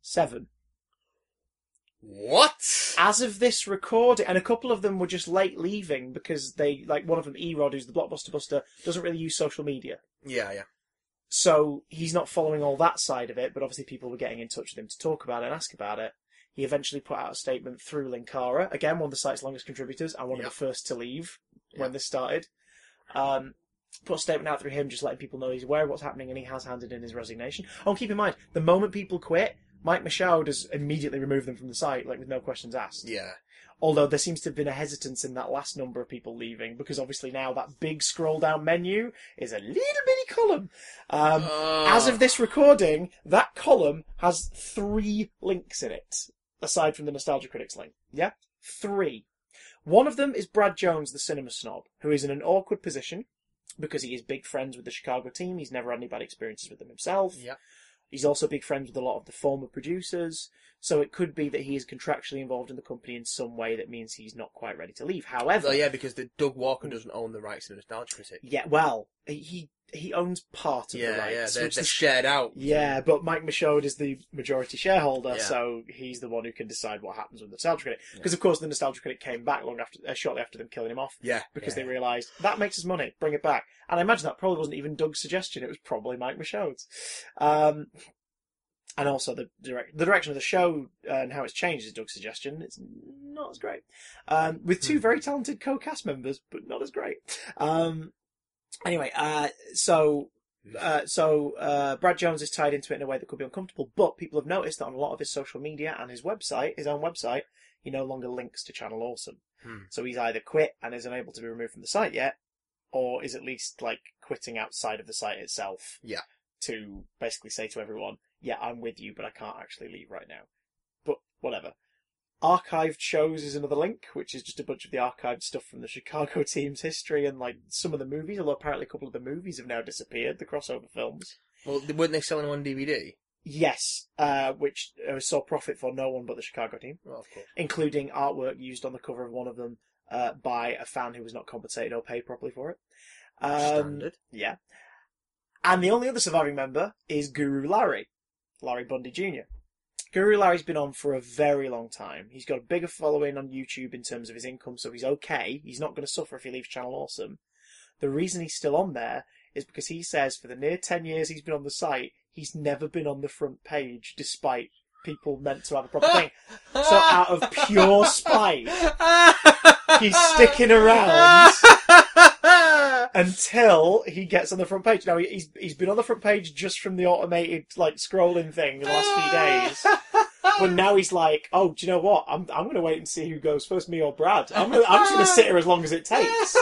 A: seven.
B: What?
A: As of this recording, and a couple of them were just late leaving because they like one of them, Erod, who's the blockbuster buster, doesn't really use social media.
B: Yeah, yeah.
A: So he's not following all that side of it, but obviously people were getting in touch with him to talk about it and ask about it. He eventually put out a statement through Linkara, again, one of the site's longest contributors and one
B: Yeah.
A: of the first to leave when
B: Yeah.
A: this started. Um, put a statement out through him, just letting people know he's aware of what's happening and he has handed in his resignation. Oh, keep in mind, the moment people quit, Mike Michaud has immediately removed them from the site, like with no questions asked.
B: Yeah.
A: Although there seems to have been a hesitance in that last number of people leaving, because obviously now that big scroll down menu is a little bitty column. Um,
B: Uh,
A: as of this recording, that column has three links in it, aside from the Nostalgia Critics link. Yeah? Three. One of them is Brad Jones, the cinema snob, who is in an awkward position because he is big friends with the Chicago team. He's never had any bad experiences with them himself.
B: Yeah.
A: He's also big friends with a lot of the former producers, so it could be that he is contractually involved in the company in some way that means he's not quite ready to leave. However,
B: Oh yeah, because the Doug Walker doesn't own the rights to Nostalgia Critic.
A: yeah, well, he he owns part of
B: Yeah,
A: the rights,
B: yeah. They're,
A: which
B: they're
A: the
B: shared out.
A: Yeah, but Mike Michaud is the majority shareholder,
B: Yeah.
A: so he's the one who can decide what happens with the Nostalgia Critic. Because of course, the Nostalgia Critic came back long after, uh, shortly after them killing him off,
B: Yeah.
A: because
B: yeah.
A: they realised that makes us money, bring it back. And I imagine that probably wasn't even Doug's suggestion; it was probably Mike Michaud's. Um, and also the direct, the direction of the show uh, and how it's changed is Doug's suggestion. It's not as great, um, with two
B: Hmm.
A: very talented co-cast members, but not as great. Um, anyway, uh, so uh, so uh, Brad Jones is tied into it in a way that could be uncomfortable, but people have noticed that on a lot of his social media and his website, his own website, he no longer links to Channel Awesome.
B: Hmm.
A: So he's either quit and is unable to be removed from the site yet, or is at least like quitting outside of the site itself.
B: Yeah.
A: To basically say to everyone, yeah, I'm with you, but I can't actually leave right now. But whatever. Archived shows is another link, which is just a bunch of the archived stuff from the Chicago team's history and like some of the movies, although apparently a couple of the movies have now disappeared, the crossover films.
B: Well, they- weren't they selling them on DVD?
A: Yes, uh, which uh, saw profit for no one but the Chicago team
B: Well, of course.
A: including artwork used on the cover of one of them uh, by a fan who was not compensated or paid properly for it. Um,
B: Standard.
A: yeah. And the only other surviving member is Guru Larry, Larry Bundy Jr. Guru Larry's been on for a very long time. He's got a bigger following on YouTube in terms of his income, so he's okay. He's not going to suffer if he leaves Channel Awesome. The reason he's still on there is because he says for the near 10 years he's been on the site, he's never been on the front page despite people meant to have a proper thing. So out of pure spite, he's sticking around until he gets on the front page. Now he- he's he's been on the front page just from the automated like scrolling thing the last few days. But now he's like, oh, do you know what? I'm I'm going to wait and see who goes first, me or Brad. I'm gonna, I'm just going to sit here as long as it takes.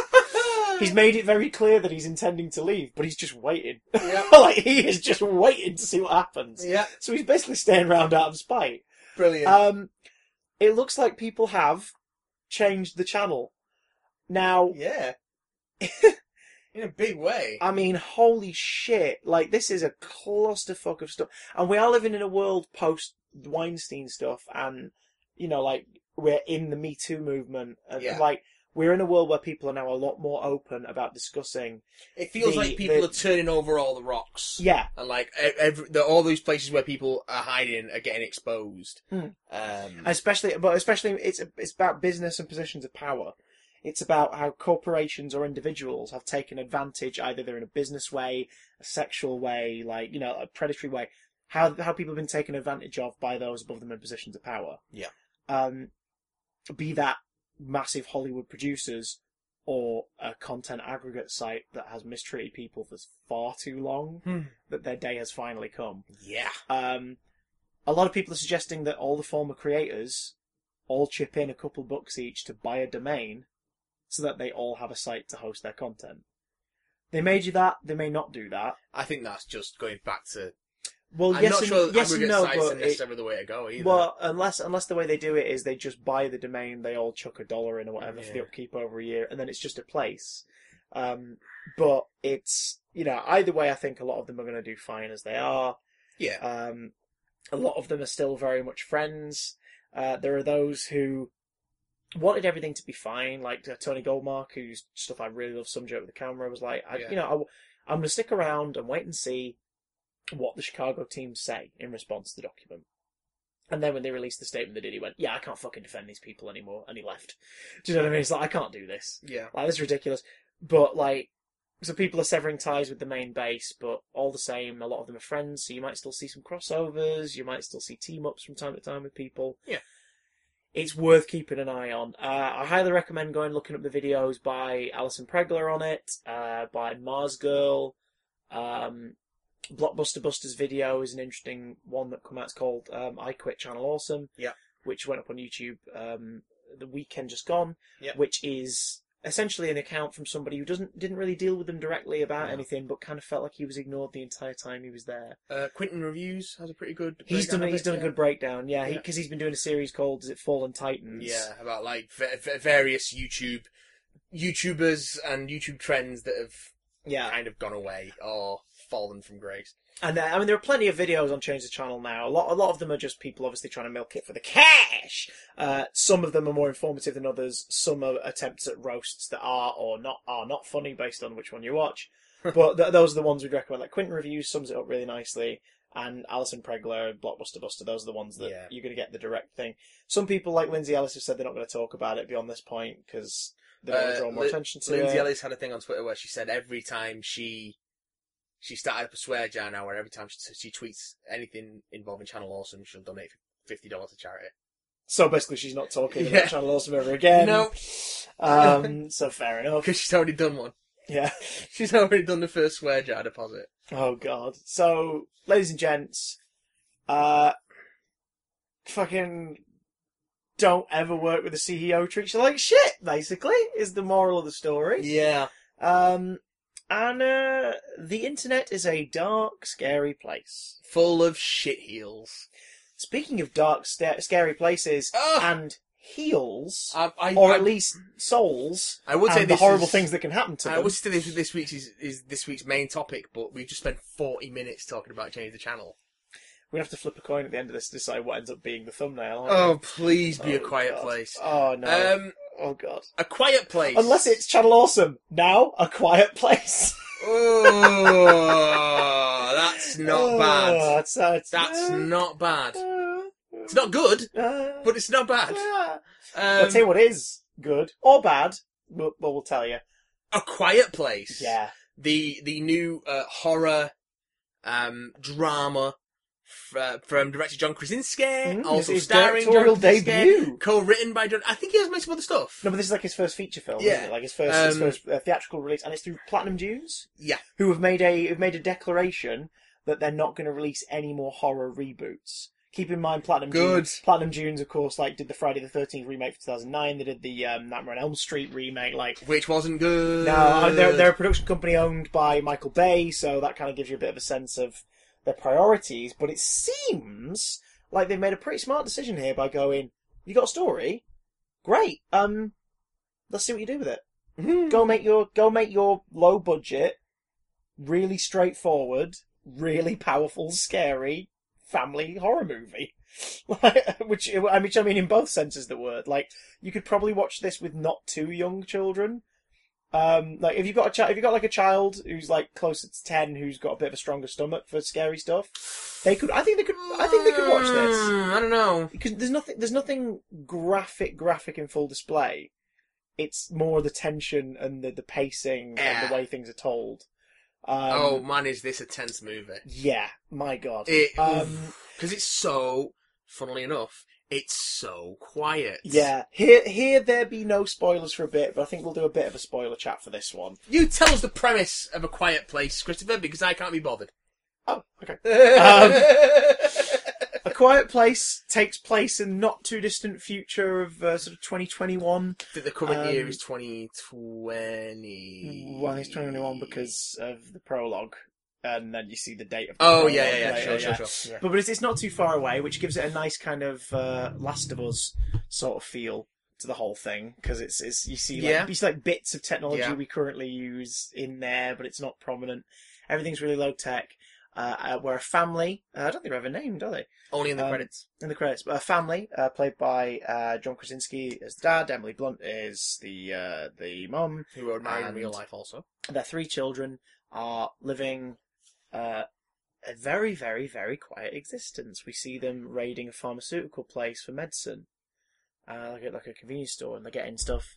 A: He's made it very clear that he's intending to leave, but he's just waiting.
B: Yep.
A: like he is just waiting to see what happens.
B: yeah,
A: So he's basically staying around out of spite.
B: brilliant.
A: Um, it looks like people have changed the channel. Now,
B: yeah, in a big way.
A: I mean, holy shit! Like this is a clusterfuck of stuff, and we are living in a world post Weinstein stuff, and you know, like we're in the Me Too movement, and
B: Yeah.
A: like we're in a world where people are now a lot more open about discussing.
B: It feels
A: the-
B: like people
A: the-
B: are turning over all the rocks,
A: Yeah,
B: and like e- every, the, all those places where people are hiding are getting exposed.
A: Hmm.
B: Um,
A: especially, but especially it's it's about business and positions of power. It's about how corporations or individuals have taken advantage, either they're in a business way, a sexual way, like, you know, a predatory way, how, how people have been taken advantage of by those above them in positions of power.
B: Yeah.
A: Um, be that massive Hollywood producers or a content aggregate site that has mistreated people for far too long,
B: Hmm.
A: that their day has finally come.
B: Yeah.
A: Um, a lot of people are suggesting that all the former creators all chip in a couple bucks each to buy a domain so that they all have a site to host their content. They may do that, they may not do that.
B: I think that's just going back to.
A: Well,
B: I'm
A: yes
B: not
A: and,
B: sure that
A: yes and
B: aggregate
A: no,
B: sites are
A: but it,
B: necessarily the way to go either.
A: well, unless unless the way they do it is they just buy the domain, they all chuck a dollar in or whatever for the
B: Yeah.
A: upkeep over a year, and then it's just a place. Um, but it's you know either way, I think a lot of them are going to do fine as they are.
B: yeah.
A: Um, a lot of them are still very much friends. Uh, there are those who wanted everything to be fine, like uh, Tony Goldmark, whose stuff I really love. Some joke with the camera was like, I,
B: Yeah.
A: you know, I, am going to stick around and wait and see what the Chicago team say in response to the document. And then when they released the statement they did, he went, "Yeah, I can't fucking defend these people anymore," and he left. Do you know what I mean? It's like I can't do this.
B: Yeah.
A: Like this is ridiculous. But like so people are severing ties with the main base, but all the same, a lot of them are friends, so you might still see some crossovers, you might still see team ups from time to time with people.
B: Yeah.
A: It's worth keeping an eye on. Uh, I highly recommend going looking up the videos by Alison Pregler on it, uh, by Mars Girl. Um, Blockbuster Busters video is an interesting one that come out. It's called um, I Quit Channel Awesome.
B: Yeah.
A: Which went up on YouTube um, the weekend just gone
B: Yeah.
A: which is essentially an account from somebody who doesn't didn't really deal with them directly about
B: Yeah.
A: anything, but kind of felt like he was ignored the entire time he was there.
B: Uh, Quentin reviews has a pretty good.
A: He's
B: breakdown
A: done
B: of
A: he's
B: it,
A: done a
B: yeah.
A: good breakdown, yeah,
B: Yeah.
A: because he, has been doing a series called "Is It Fallen Titans?"
B: Yeah, about like v- v- various YouTube YouTubers and YouTube trends that have
A: yeah.
B: kind of gone away or fallen from grace.
A: And uh, I mean, there are plenty of videos on Change the Channel now. A lot, a lot of them are just people obviously trying to milk it for the cash. Uh, some of them are more informative than others. Some are attempts at roasts that are or not are not funny based on which one you watch. but th- those are the ones we'd recommend. Like Quentin reviews sums it up really nicely, and Alison Pregler, Blockbuster Buster. Those are the ones that
B: Yeah.
A: you're going to get the direct thing. Some people like Lindsay Ellis have said they're not going to talk about it beyond this point because they don't want
B: Uh,
A: to draw more
B: Lin-
A: attention to
B: Lindsay
A: it.
B: Ellis had a thing on Twitter where she said every time she she started up a swear jar now, where every time she, she tweets anything involving Channel Awesome, she'll donate fifty dollars to charity.
A: So basically, she's not talking
B: Yeah.
A: about Channel Awesome ever again.
B: No.
A: Um, so fair enough.
B: Because she's already done one.
A: Yeah.
B: She's already done the first swear jar deposit.
A: Oh god. So, ladies and gents, uh, fucking don't ever work with a CEO. Treats you like shit. Basically, is the moral of the story.
B: Yeah.
A: Um, and uh, the internet is a dark, scary place.
B: Full of shit heels.
A: Speaking of dark, sta- scary places
B: Oh,
A: and heels,
B: Ah, I, I,
A: or
B: I,
A: at least souls,
B: I would say
A: and the
B: this
A: horrible
B: is-
A: things that can happen to
B: I
A: them.
B: would say this, this week's is, is this week's main topic, but we've just spent forty minutes talking about change the channel.
A: We're gonna have to flip a coin at the end of this to decide what ends up being the thumbnail. aren't we?
B: Oh, please be a
A: Oh,
B: quiet
A: God.
B: place.
A: Oh no.
B: Um,
A: Oh god.
B: a quiet place.
A: Unless it's Channel Awesome. Now, a quiet place.
B: Oh, that's not
A: Oh,
B: bad.
A: That's, that's,
B: That's
A: uh,
B: not bad.
A: uh,
B: It's not good,
A: uh,
B: but it's not bad.
A: uh. I'll tell you
B: Um,
A: what is good or bad. Well, well, we'll tell you.
B: Um, a quiet place.
A: Yeah.
B: The the new uh, horror um, drama f- uh, from director John Krasinski,
A: Mm, his-
B: also
A: his
B: starring
A: directorial
B: John Krasinski,
A: debut.
B: co-written by John. I think he has made some other stuff.
A: No, but this is like his first feature film,
B: Yeah.
A: isn't it? Like his first, his
B: Um,
A: first uh, theatrical release, and it's through Platinum Dunes,
B: Yeah,
A: who have made a have made a declaration that they're not going to release any more horror reboots. Keep in mind, Platinum
B: Good.
A: Dunes. Platinum Dunes, of course, like did the Friday the Thirteenth remake for two thousand nine. They did the um, Nightmare on Elm Street remake. Like
B: which wasn't good.
A: No, uh, they're, they're a production company owned by Michael Bay, so that kind of gives you a bit of a sense of their priorities. But it seems like they've made a pretty smart decision here by going, "You got a story, great. Um, let's see what you do with it.
B: Mhm.
A: Go make your go make your low budget, really straightforward, really powerful, scary family horror movie." which I mean, I mean, in both senses, of the word like you could probably watch this with not too young children. Um, like if you've got a child, if you've got like a child who's like closer to ten, who's got a bit of a stronger stomach for scary stuff, they could. I think they could. I think they could watch
B: Mm,
A: this
B: I don't know.
A: because there's nothing. There's nothing graphic, graphic in full display, It's more the tension and the, the pacing and
B: Yeah.
A: the way things are told. Um,
B: oh man, is this a tense movie?
A: yeah, my god.
B: It because
A: Um,
B: it's so funnily enough, it's so quiet.
A: yeah, here here there be no spoilers for a bit, but I think we'll do a bit of a spoiler chat for this one.
B: You tell us the premise of a quiet place, Christopher, because I can't be bothered.
A: Oh, okay. Um, A Quiet Place takes place in not too distant future of uh, sort of 2021.
B: the, the current year
A: um,
B: is twenty twenty.
A: Well, it's 2021 because of the prologue, and then you see the date of. The
B: Oh
A: prologue
B: yeah, yeah, yeah,
A: later,
B: sure, sure, sure.
A: But, but it's, it's not too far away, which gives it a nice kind of uh, Last of Us sort of feel to the whole thing because it's, it's you see like,
B: Yeah.
A: you see like bits of technology
B: Yeah.
A: we currently use in there, but it's not prominent. Everything's really low tech. Uh, uh, we're a family. Uh, I don't think they're ever named, are they?
B: Only in the
A: Um,
B: credits.
A: in the credits. A family uh, played by uh, John Krasinski as the dad. Emily Blunt is the uh, the mum.
B: Who were married in
A: and-
B: real life also.
A: Their three children are living uh, a very, very, very quiet existence. We see them raiding a pharmaceutical place for medicine, uh, like a, like a convenience store, and they're getting stuff.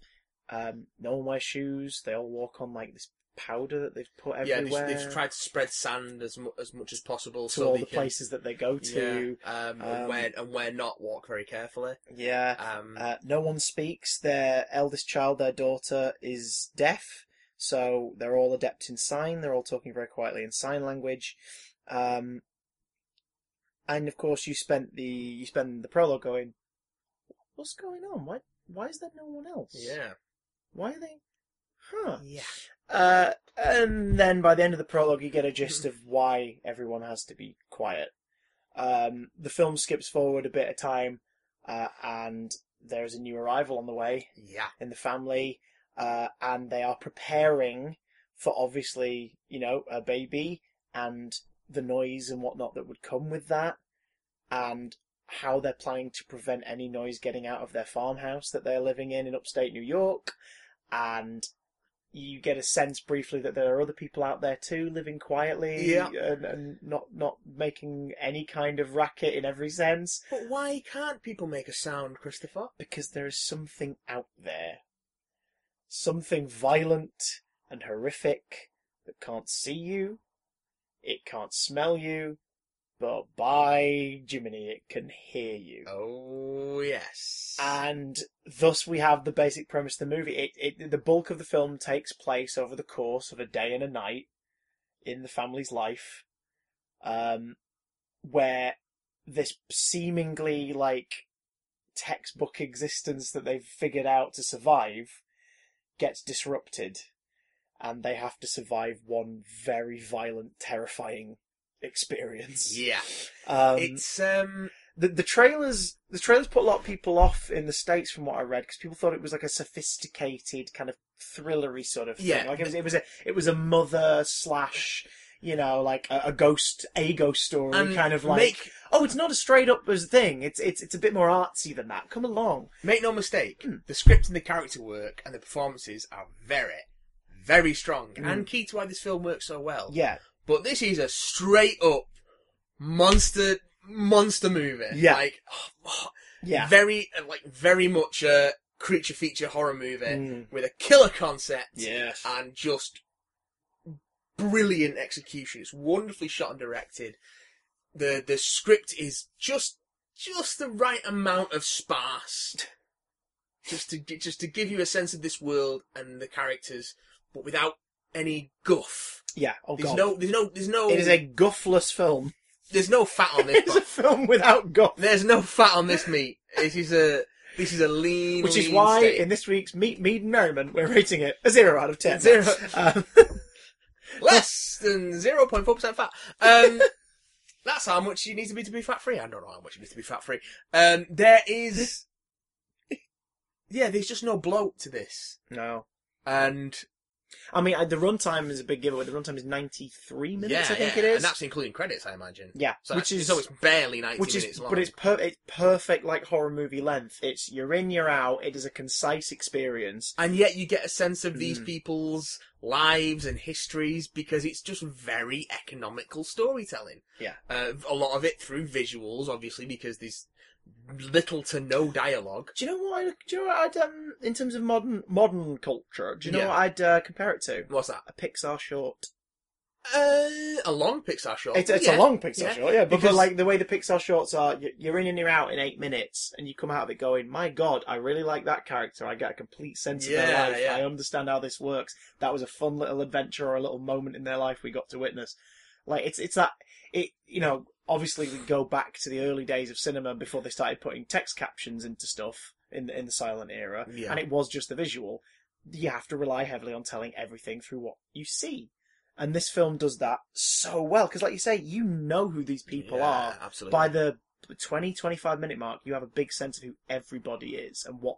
A: Um, no one wears shoes. They all walk on like this powder that they've put everywhere
B: Yeah, they've, they've tried to spread sand as mu- as much as possible
A: to
B: so
A: all
B: they
A: the
B: can,
A: places that they go to.
B: Yeah, um,
A: Um,
B: and where and where not walk very carefully.
A: yeah.
B: Um,
A: Uh, no one speaks. Their eldest child, their daughter, is deaf, so they're all adept in sign. They're all talking very quietly in sign language. Um, and of course, you spent the you spend the prologue going, "What's going on? Why why is there no one else?
B: yeah,
A: Why are they? Huh?
B: yeah.
A: Uh, and then by the end of the prologue, you get a gist of why everyone has to be quiet. Um, the film skips forward a bit of time, uh, and there is a new arrival on the way
B: Yeah,
A: in the family, uh, and they are preparing for obviously, you know, a baby and the noise and whatnot that would come with that, and how they're planning to prevent any noise getting out of their farmhouse that they're living in in upstate New York, and you get a sense briefly that there are other people out there too living quietly
B: Yeah.
A: and, and not not making any kind of racket in every sense
B: but why can't people make a sound, Christopher?
A: because there is something out there. Something violent and horrific that can't see you, it can't smell you, but by Jiminy, it can hear you.
B: Oh yes.
A: And thus we have the basic premise of the movie. It, it, the bulk of the film takes place over the course of a day and a night in the family's life, um, where this seemingly like textbook existence that they've figured out to survive gets disrupted, and they have to survive one very violent, terrifying experience.
B: yeah,
A: Um,
B: it's um.
A: the the trailers the trailers put a lot of people off in the states from what I read because people thought it was like a sophisticated kind of thrillery sort of thing.
B: Yeah.
A: Like it was it was a it was a mother slash you know like a, a ghost a ghost story
B: And
A: kind of like
B: make
A: oh it's not a straight up as thing it's it's it's a bit more artsy than that. Come along.
B: make no mistake,
A: Hmm.
B: the script and the character work and the performances are very, very strong
A: Mm.
B: and key to why this film works so well.
A: Yeah.
B: But this is a straight up monster monster movie.
A: Yeah.
B: Like oh,
A: Yeah.
B: very like very much a creature feature horror movie
A: Mm. Uh,
B: with a killer concept
A: Yes.
B: and just brilliant execution. It's wonderfully shot and directed. The the script is just just the right amount of sparse. Just to gi- just to give you a sense of this world and the characters, but without any guff.
A: Yeah. Oh
B: There's
A: god.
B: no, there's no, there's no,
A: it is a guffless film.
B: there's no fat on this.
A: It's a
B: bro.
A: film without guff.
B: There's no fat on this meat. This is a, this is a lean,
A: Which is
B: lean
A: why
B: steak.
A: in this week's Meat, Mead and Merriment we're rating it a zero out of ten.
B: Zero.
A: Um,
B: less than zero point four percent fat. Um, that's how much you need to be to be fat free. I don't know how much you need to be fat free. Um, there is, yeah, there's just no bloat to this,
A: no.
B: and
A: I mean, I, the runtime is a big giveaway. The runtime is 93 minutes,
B: yeah,
A: I think
B: yeah,
A: it is.
B: and that's including credits, I imagine.
A: yeah,
B: So
A: which is
B: so it's barely ninety
A: which
B: minutes
A: is,
B: long.
A: but it's per, it's perfect like horror movie length. It's you're in, you're out. It is a concise experience.
B: and yet you get a sense of these
A: Mm.
B: people's lives and histories because it's just very economical storytelling.
A: Yeah.
B: Uh, a lot of it through visuals, obviously, because these little to no dialogue.
A: Do you know what? I, do you know what I'd um in terms of modern modern culture? Do you know
B: Yeah.
A: what I'd uh, compare it to?
B: What's that?
A: A Pixar short.
B: Uh, a long Pixar short.
A: It's, it's
B: Yeah.
A: a long Pixar
B: yeah.
A: short, yeah. But, but
B: Because-
A: like the way the Pixar shorts are, you- you're in and you're out in eight minutes, and you come out of it going, "My God, I really like that character. I get a complete sense of
B: Yeah,
A: their life.
B: yeah.
A: I understand how this works. That was a fun little adventure or a little moment in their life we got to witness." Like it's it's that it you know obviously we go back to the early days of cinema before they started putting text captions into stuff in the, in the silent era,
B: Yeah.
A: and it was just the visual. You have to rely heavily on telling everything through what you see. And this film does that so well. Because, like you say, you know who these people
B: Yeah,
A: are.
B: Absolutely.
A: By the 20, 25 minute mark, you have a big sense of who everybody is and what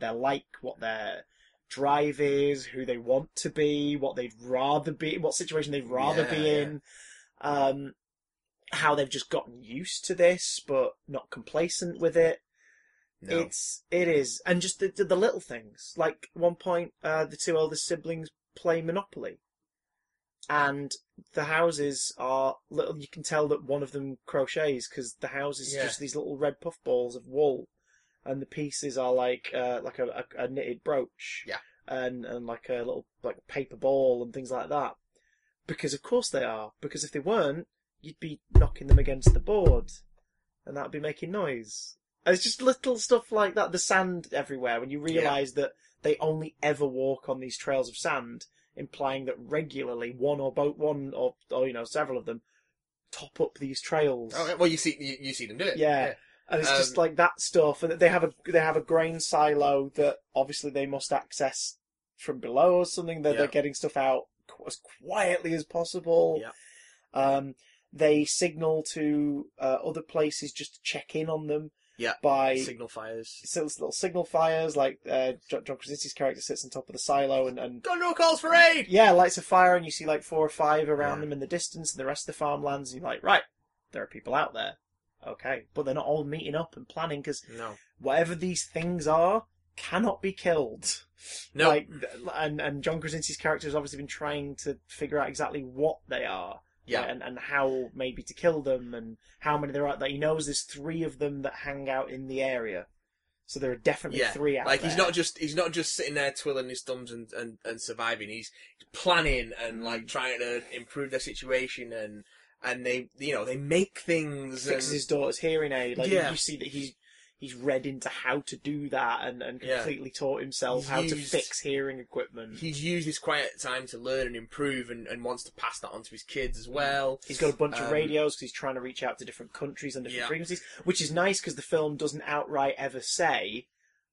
A: they're like, what their drive is, who they want to be, what they'd rather be, what situation they'd rather
B: Yeah,
A: be
B: yeah.
A: in, um, how they've just gotten used to this but not complacent with it.
B: no.
A: It's it is, and just the, the the little things. Like at one point, uh, the two older siblings play Monopoly, and the houses are little. You can tell that one of them crochets because the house is
B: Yeah.
A: just these little red puff balls of wool, and the pieces are like uh, like a, a, a knitted brooch,
B: Yeah.
A: and and like a little like paper ball and things like that. Because of course they are. Because if they weren't, you'd be knocking them against the board, and that'd be making noise. And It's just little stuff like that. The sand everywhere. When you realise that they only ever walk on these trails of sand, implying that regularly one or both one or, or you know several of them top up these trails.
B: Oh, yeah, well, you see, you, you see them do it.
A: Yeah. And it's just
B: Um,
A: like that stuff, and they have a they have a grain silo that obviously they must access from below or something. That they're
B: Yeah.
A: getting stuff out qu- as quietly as possible.
B: Yeah.
A: Um, they signal to uh, other places just to check in on them.
B: Yeah.
A: By
B: Signal fires.
A: so it's little signal fires, like uh, John, John Krasinski's character sits on top of the silo and, and
B: Got no calls for aid.
A: yeah, lights a fire, and you see like four or five around
B: Yeah.
A: them in the distance, and the rest of the farmlands. And you're like, right, there are people out there. Okay, but they're not all meeting up and planning because
B: No.
A: whatever these things are cannot be killed.
B: No.
A: Like, th- and and John Krasinski's character has obviously been trying to figure out exactly what they are,
B: yeah.
A: right, and and how maybe to kill them, and how many there are. That he knows there's three of them that hang out in the area, so there are definitely
B: Yeah,
A: three out
B: Like
A: there.
B: he's not just he's not just sitting there twiddling his thumbs and, and, and surviving. He's planning and
A: Mm.
B: like trying to improve their situation and and they you know they make things.
A: fixes
B: And,
A: his daughter's hearing aid. Like you-
B: Yeah.
A: you see that he's he's read into how to do that and, and
B: Yeah.
A: completely taught himself how to
B: Used-
A: fix hearing equipment.
B: he's used his quiet time to learn and improve and, and wants to pass that on to his kids as well.
A: Mm. He's got a bunch of
B: Um,
A: radios because he's trying to reach out to different countries and different
B: Yeah.
A: frequencies, which is nice because the film doesn't outright ever say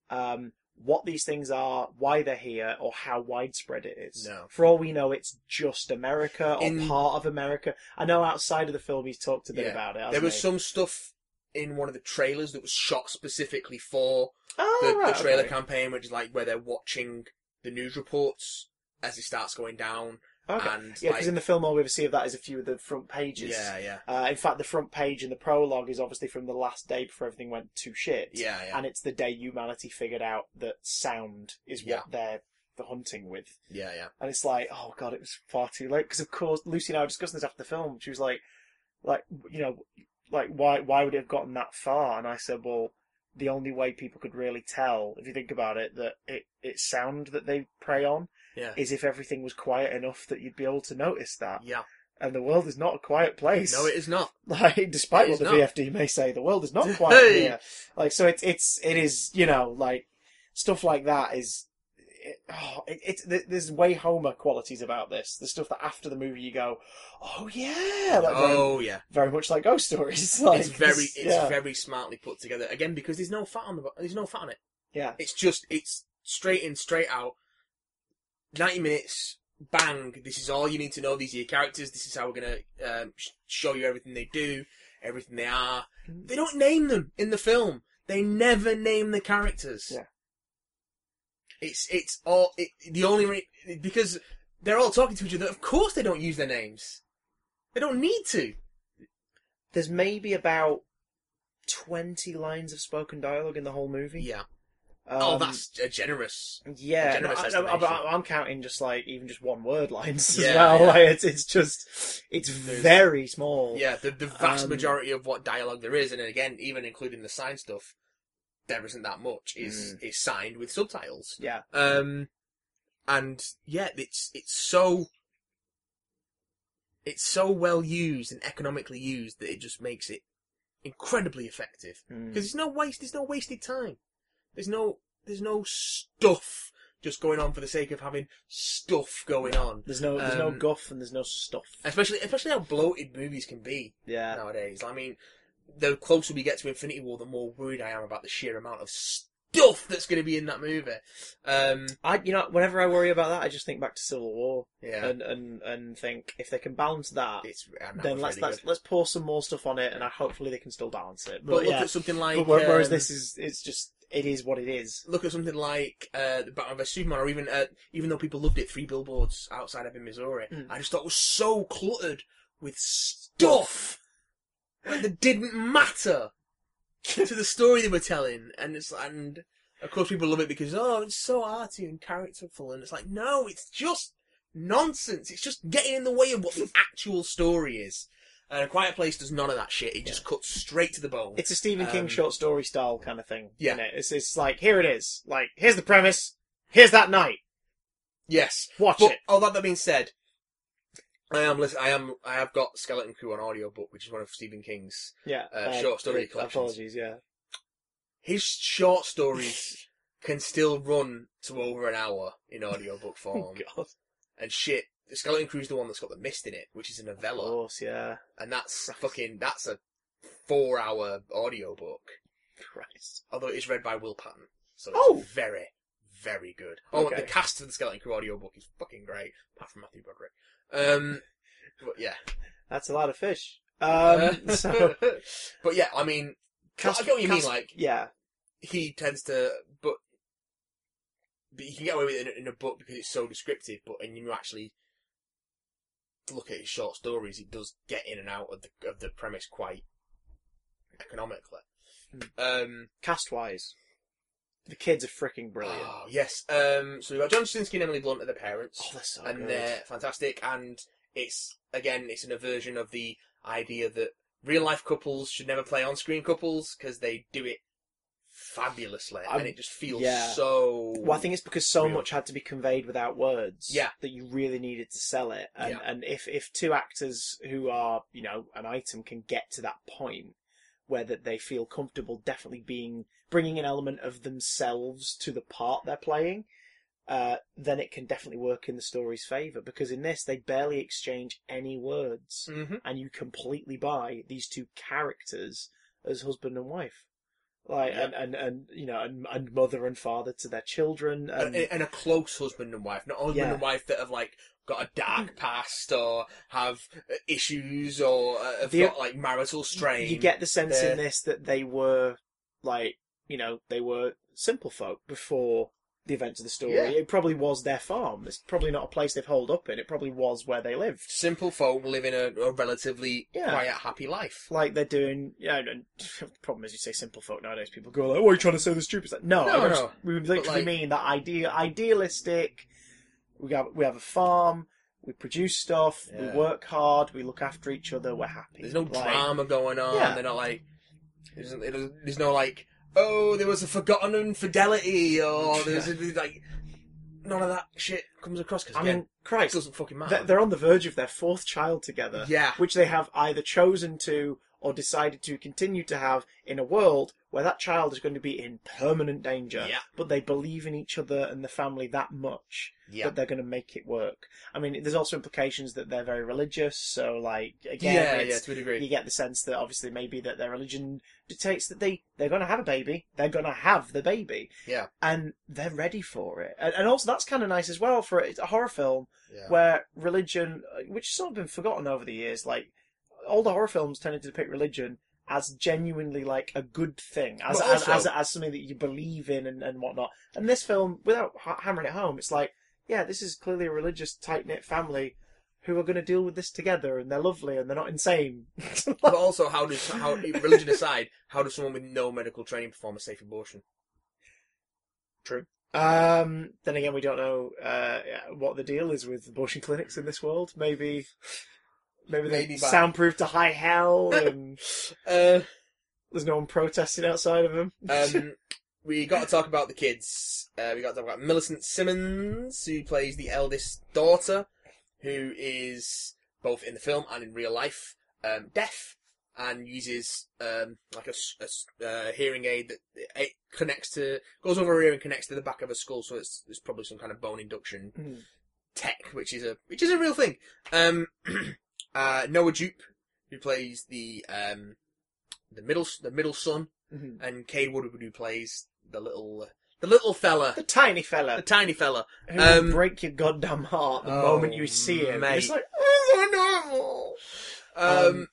A: um, what these things are, why they're here, or how widespread it is.
B: No.
A: For all we know, it's just America or
B: In-
A: part of America. I know outside of the film, he's talked a bit
B: Yeah.
A: about it.
B: There
A: hasn't
B: was
A: he?
B: some stuff in one of the trailers that was shot specifically for
A: oh,
B: the,
A: right,
B: the trailer
A: okay.
B: campaign, which is like where they're watching the news reports as it starts going down.
A: Okay.
B: and,
A: yeah, because
B: like-
A: in the film, all we ever see of that is a few of the front pages.
B: Yeah, yeah,
A: Uh, in fact, the front page and the prologue is obviously from the last day before everything went to shit.
B: yeah, yeah,
A: And it's the day humanity figured out that sound is
B: Yeah.
A: what they're the hunting with.
B: yeah, yeah.
A: And it's like, oh god, it was far too late. Because of course, Lucy and I were discussing this after the film. She was like, like you know, like why why would it have gotten that far? And I said, well, the only way people could really tell, if you think about it, that it it's sound that they prey on
B: Yeah.
A: is if everything was quiet enough that you'd be able to notice that.
B: Yeah.
A: And the world is not a quiet place.
B: No, it is not.
A: Like, despite
B: It
A: what
B: is
A: the
B: not.
A: VFD may say, the world is not quiet
B: Hey!
A: here. Like, so it's it's it is you know like stuff like that is. It, oh, it, it's th there's way Homer qualities about this. The stuff that after the movie you go, oh yeah, like very,
B: oh yeah.
A: very much like ghost stories. Like
B: it's very it's
A: yeah,
B: very smartly put together again because there's no fat on the there's no fat on it.
A: yeah,
B: It's just it's straight in straight out. Ninety minutes, bang! This is all you need to know. These are your characters. This is how we're gonna um, sh- show you everything they do, everything they are. They don't name them in the film. They never name the characters.
A: Yeah.
B: It's it's all it, the only re- because they're all talking to each other. Of course, they don't use their names. They don't need to.
A: There's maybe about twenty lines of spoken dialogue in the whole movie.
B: Yeah. oh,
A: Um,
B: that's uh, generous.
A: yeah.
B: generous
A: no, I,
B: estimation.
A: I, am counting just like even just one word lines as
B: Yeah,
A: well.
B: yeah.
A: Like it's it's just it's
B: There's-
A: very small.
B: Yeah, the, the vast
A: Um,
B: majority of what dialogue there is, and again, even including the sign stuff, there isn't that much. Is is signed with subtitles.
A: Mm. Yeah.
B: Um, and yeah, it's it's so it's so well used and economically used that it just makes it incredibly effective.
A: Mm.
B: Because there's no waste. There's no wasted time. There's no there's no stuff just going on for the sake of having stuff going on.
A: There's no there's no
B: Um,
A: guff and there's no stuff.
B: Especially especially how bloated movies can be
A: Yeah.
B: nowadays. I mean, the closer we get to Infinity War, the more worried I am about the sheer amount of stuff that's going to be in that movie. Um,
A: I you know whenever I worry about that, I just think back to Civil War
B: yeah,
A: and and and think if they can balance that,
B: it's and that
A: then
B: was
A: let's
B: really
A: let's
B: good.
A: let's pour some more stuff on it, and I, hopefully they can still balance it.
B: But
A: But,
B: look
A: yeah,
B: at something like
A: But where- whereas
B: um,
A: this is it's just it is what it is.
B: Look at something like uh, the Batman vs Superman, or even uh, even though people loved it, Three Billboards Outside Ebbing, Missouri.
A: Mm.
B: I just thought it was so cluttered with stuff like, that didn't matter to the story they were telling, and it's and of course people love it because oh, it's so arty and characterful, and it's like no, it's just nonsense. It's just getting in the way of what the actual story is. And A Quiet Place does none of that shit. It just cuts straight to the bone.
A: It's a Stephen King
B: Um,
A: short story style kind of thing.
B: Yeah.
A: isn't it? it's it's like here it is. Like here's the premise. Here's that night.
B: yes.
A: Watch
B: But
A: it.
B: all that, that being said, I am listen, I am I have got Skeleton Crew on audiobook, which is one of Stephen King's.
A: Yeah,
B: uh, short story collections.
A: Apologies. Yeah.
B: His short stories can still run to over an hour in audiobook
A: Oh
B: form.
A: God.
B: and shit, the Skeleton Crew's the one that's got the mist in it, which is a
A: Of
B: novella,
A: course. Yeah.
B: and that's fucking that's a four hour audiobook.
A: Christ.
B: Although it is read by Will Patton, so it's
A: Oh!
B: very, very good. Oh, and
A: Okay.
B: the cast of the Skeleton Crew audiobook is fucking great, apart from Matthew Broderick. Um, but yeah.
A: That's a lot of fish. Um.
B: Uh,
A: so
B: but yeah, I mean, I get what you mean, like-
A: yeah.
B: he tends to, but, but you can get away with it in, a- in a book because it's so descriptive. But and you actually look at his short stories, he does get in and out of the of the premise quite economically.
A: Hmm.
B: Um,
A: Cast wise, the kids are freaking brilliant.
B: oh, yes. Um, so we've got John Krasinski and Emily Blunt are the parents,
A: Oh, they're so
B: and
A: good.
B: they're fantastic. And it's again, it's an aversion of the idea that real life couples should never play on screen couples because they do it fabulously,
A: I'm-
B: and it just feels
A: yeah.
B: so.
A: Well, I think it's because so
B: Real.
A: much had to be conveyed without words.
B: Yeah.
A: That you really needed to sell it. And,
B: Yeah.
A: and if, if two actors who are, you know, an item can get to that point where that they feel comfortable definitely being, bringing an element of themselves to the part they're playing, uh, then it can definitely work in the story's favour. Because in this, they barely exchange any words.
B: Mm-hmm.
A: And you completely buy these two characters as husband and wife. Like
B: Yeah.
A: and, and, and you know and, and mother and father to their children and
B: And, and a close husband and wife, not a husband
A: Yeah. Mm.
B: and wife that have like got a dark past or have uh, issues or uh, have
A: The-
B: got like marital strain.
A: You get the sense
B: They're-
A: in this that they were like, you know, they were simple folk before the events of the story.
B: Yeah.
A: It probably was their farm. It's probably not a place they've holed up in. It probably was where they lived.
B: simple folk living a, a relatively
A: Yeah.
B: quiet, happy life.
A: Like they're doing, yeah. And and the problem is, you say simple folk nowadays. People go like, "What are you trying to say? The stupid." It's like, no,
B: No,
A: I don't-
B: no.
A: we literally
B: like-
A: mean that idea, idealistic. We got, we have a farm. We produce stuff.
B: Yeah.
A: We work hard. We look after each other. We're happy.
B: There's no
A: Like,
B: drama going on.
A: Yeah.
B: They're not like. There's, there's no like. Oh, there was a forgotten infidelity, or there's a, like none of that shit comes across because
A: I
B: again,
A: mean, Christ,
B: it doesn't fucking
A: They're-
B: matter.
A: They're on the verge of their fourth child together.
B: Yeah.
A: Which they have either chosen to or decided to continue to have in a world where that child is going to be in permanent danger.
B: Yeah.
A: But they believe in each other and the family that much
B: yeah,
A: that they're going to make it work. I mean, there's also implications that they're very religious. So, like, again,
B: yeah, yeah,
A: it's-
B: to a degree.
A: you get the sense that obviously maybe that their religion dictates that they they're going to have a baby they're going to have the baby
B: Yeah.
A: and they're ready for it and, and also that's kind of nice as well for it's a horror film
B: Yeah.
A: where religion uh, which has sort of been forgotten over the years like older horror films tended to depict religion as genuinely like a good thing as
B: But
A: as,
B: also-
A: as as something that you believe in and, and whatnot and this film without ha- hammering it home it's like yeah this is clearly a religious tight-knit family who are going to deal with this together and they're lovely and they're not insane
B: but also, how does how religion aside, how does someone with no medical training perform a safe abortion?
A: Um, then again, we don't know uh, what the deal is with abortion clinics in this world. Maybe, maybe they
B: Maybe by-
A: soundproof to high hell, and
B: Uh,
A: there's no one protesting outside of them.
B: um, we got to talk about the kids. Uh, we got to talk about Millicent Simmons, who plays the eldest daughter, who is both in the film and in real life um, deaf, and uses um, like a, s- a s- uh, hearing aid that it connects to goes over her ear and connects to the back of her skull. So it's, it's probably some kind of bone induction
A: Hmm.
B: tech, which is a which is a real thing. Um, uh, Noah Jupe, who plays the um, the middle s- the middle son
A: Mhm.
B: and Cade Woodward who plays the little the little fella,
A: The tiny
B: the
A: fella
B: tiny fella.
A: who will
B: um,
A: break your goddamn heart the
B: Oh,
A: moment you see him.
B: mate.
A: It's like, oh, so normal.
B: Um,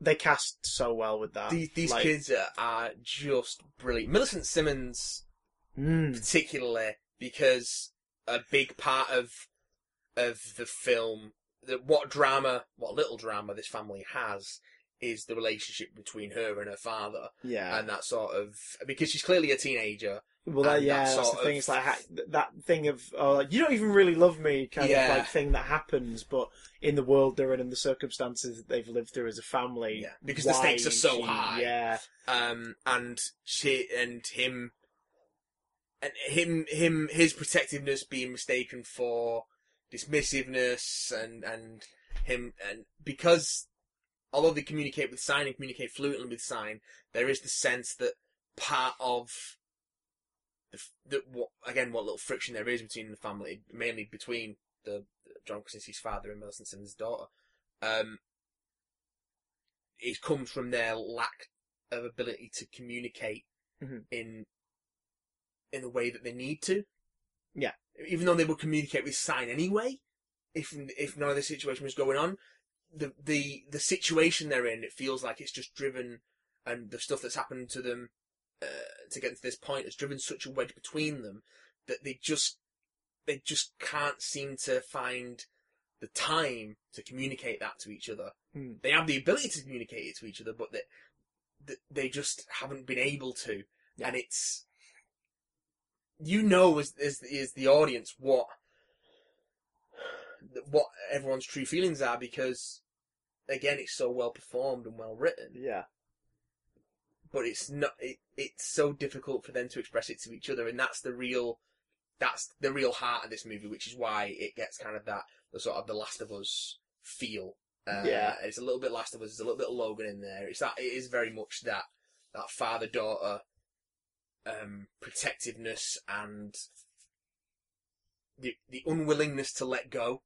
A: They cast so well with that.
B: these these
A: Um, like-
B: kids are, are just brilliant. Millicent Simmons
A: Mm.
B: particularly because a big part of of the film that what drama, what little drama this family has is the relationship between her and her father
A: Yeah.
B: and that sort of because she's clearly a teenager
A: Well, that,
B: and
A: yeah,
B: that
A: that's
B: sort
A: the thing.
B: of-
A: It's like ha- th- that thing of uh, you don't even really love me kind
B: Yeah.
A: of like thing that happens, but in the world they're in and the circumstances that they've lived through as a family,
B: Yeah, because the
A: why
B: stakes are so
A: she-
B: high.
A: Yeah,
B: um, and she and him and him him his protectiveness being mistaken for dismissiveness and and him and because although they communicate with sign and communicate fluently with sign, there is the sense that part of the, f- that what again what little friction there is between the family, mainly between the John Krasinski's father and Millicent Simmons' daughter, um, it comes from their lack of ability to communicate
A: Mhm.
B: in in the way that they need to.
A: Yeah.
B: Even though they would communicate with sign anyway, if if none of this situation was going on, the the the situation they're in, it feels like it's just driven, and the stuff that's happened to them uh, to get to this point has driven such a wedge between them that they just they just can't seem to find the time to communicate that to each other.
A: Hmm.
B: They have the ability to communicate it to each other, but they th- they just haven't been able to,
A: Yeah.
B: and it's you know as as is the audience what what everyone's true feelings are because again it's so well performed and well written,
A: yeah,
B: but it's not it, it's so difficult for them to express it to each other, and that's the real that's the real heart of this movie, which is why it gets kind of that the sort of the Last of Us feel. Uh,
A: Yeah.
B: it's a little bit Last of Us, there's a little bit of Logan in there. It's that it is very much that that father daughter um, protectiveness and the the unwillingness to let go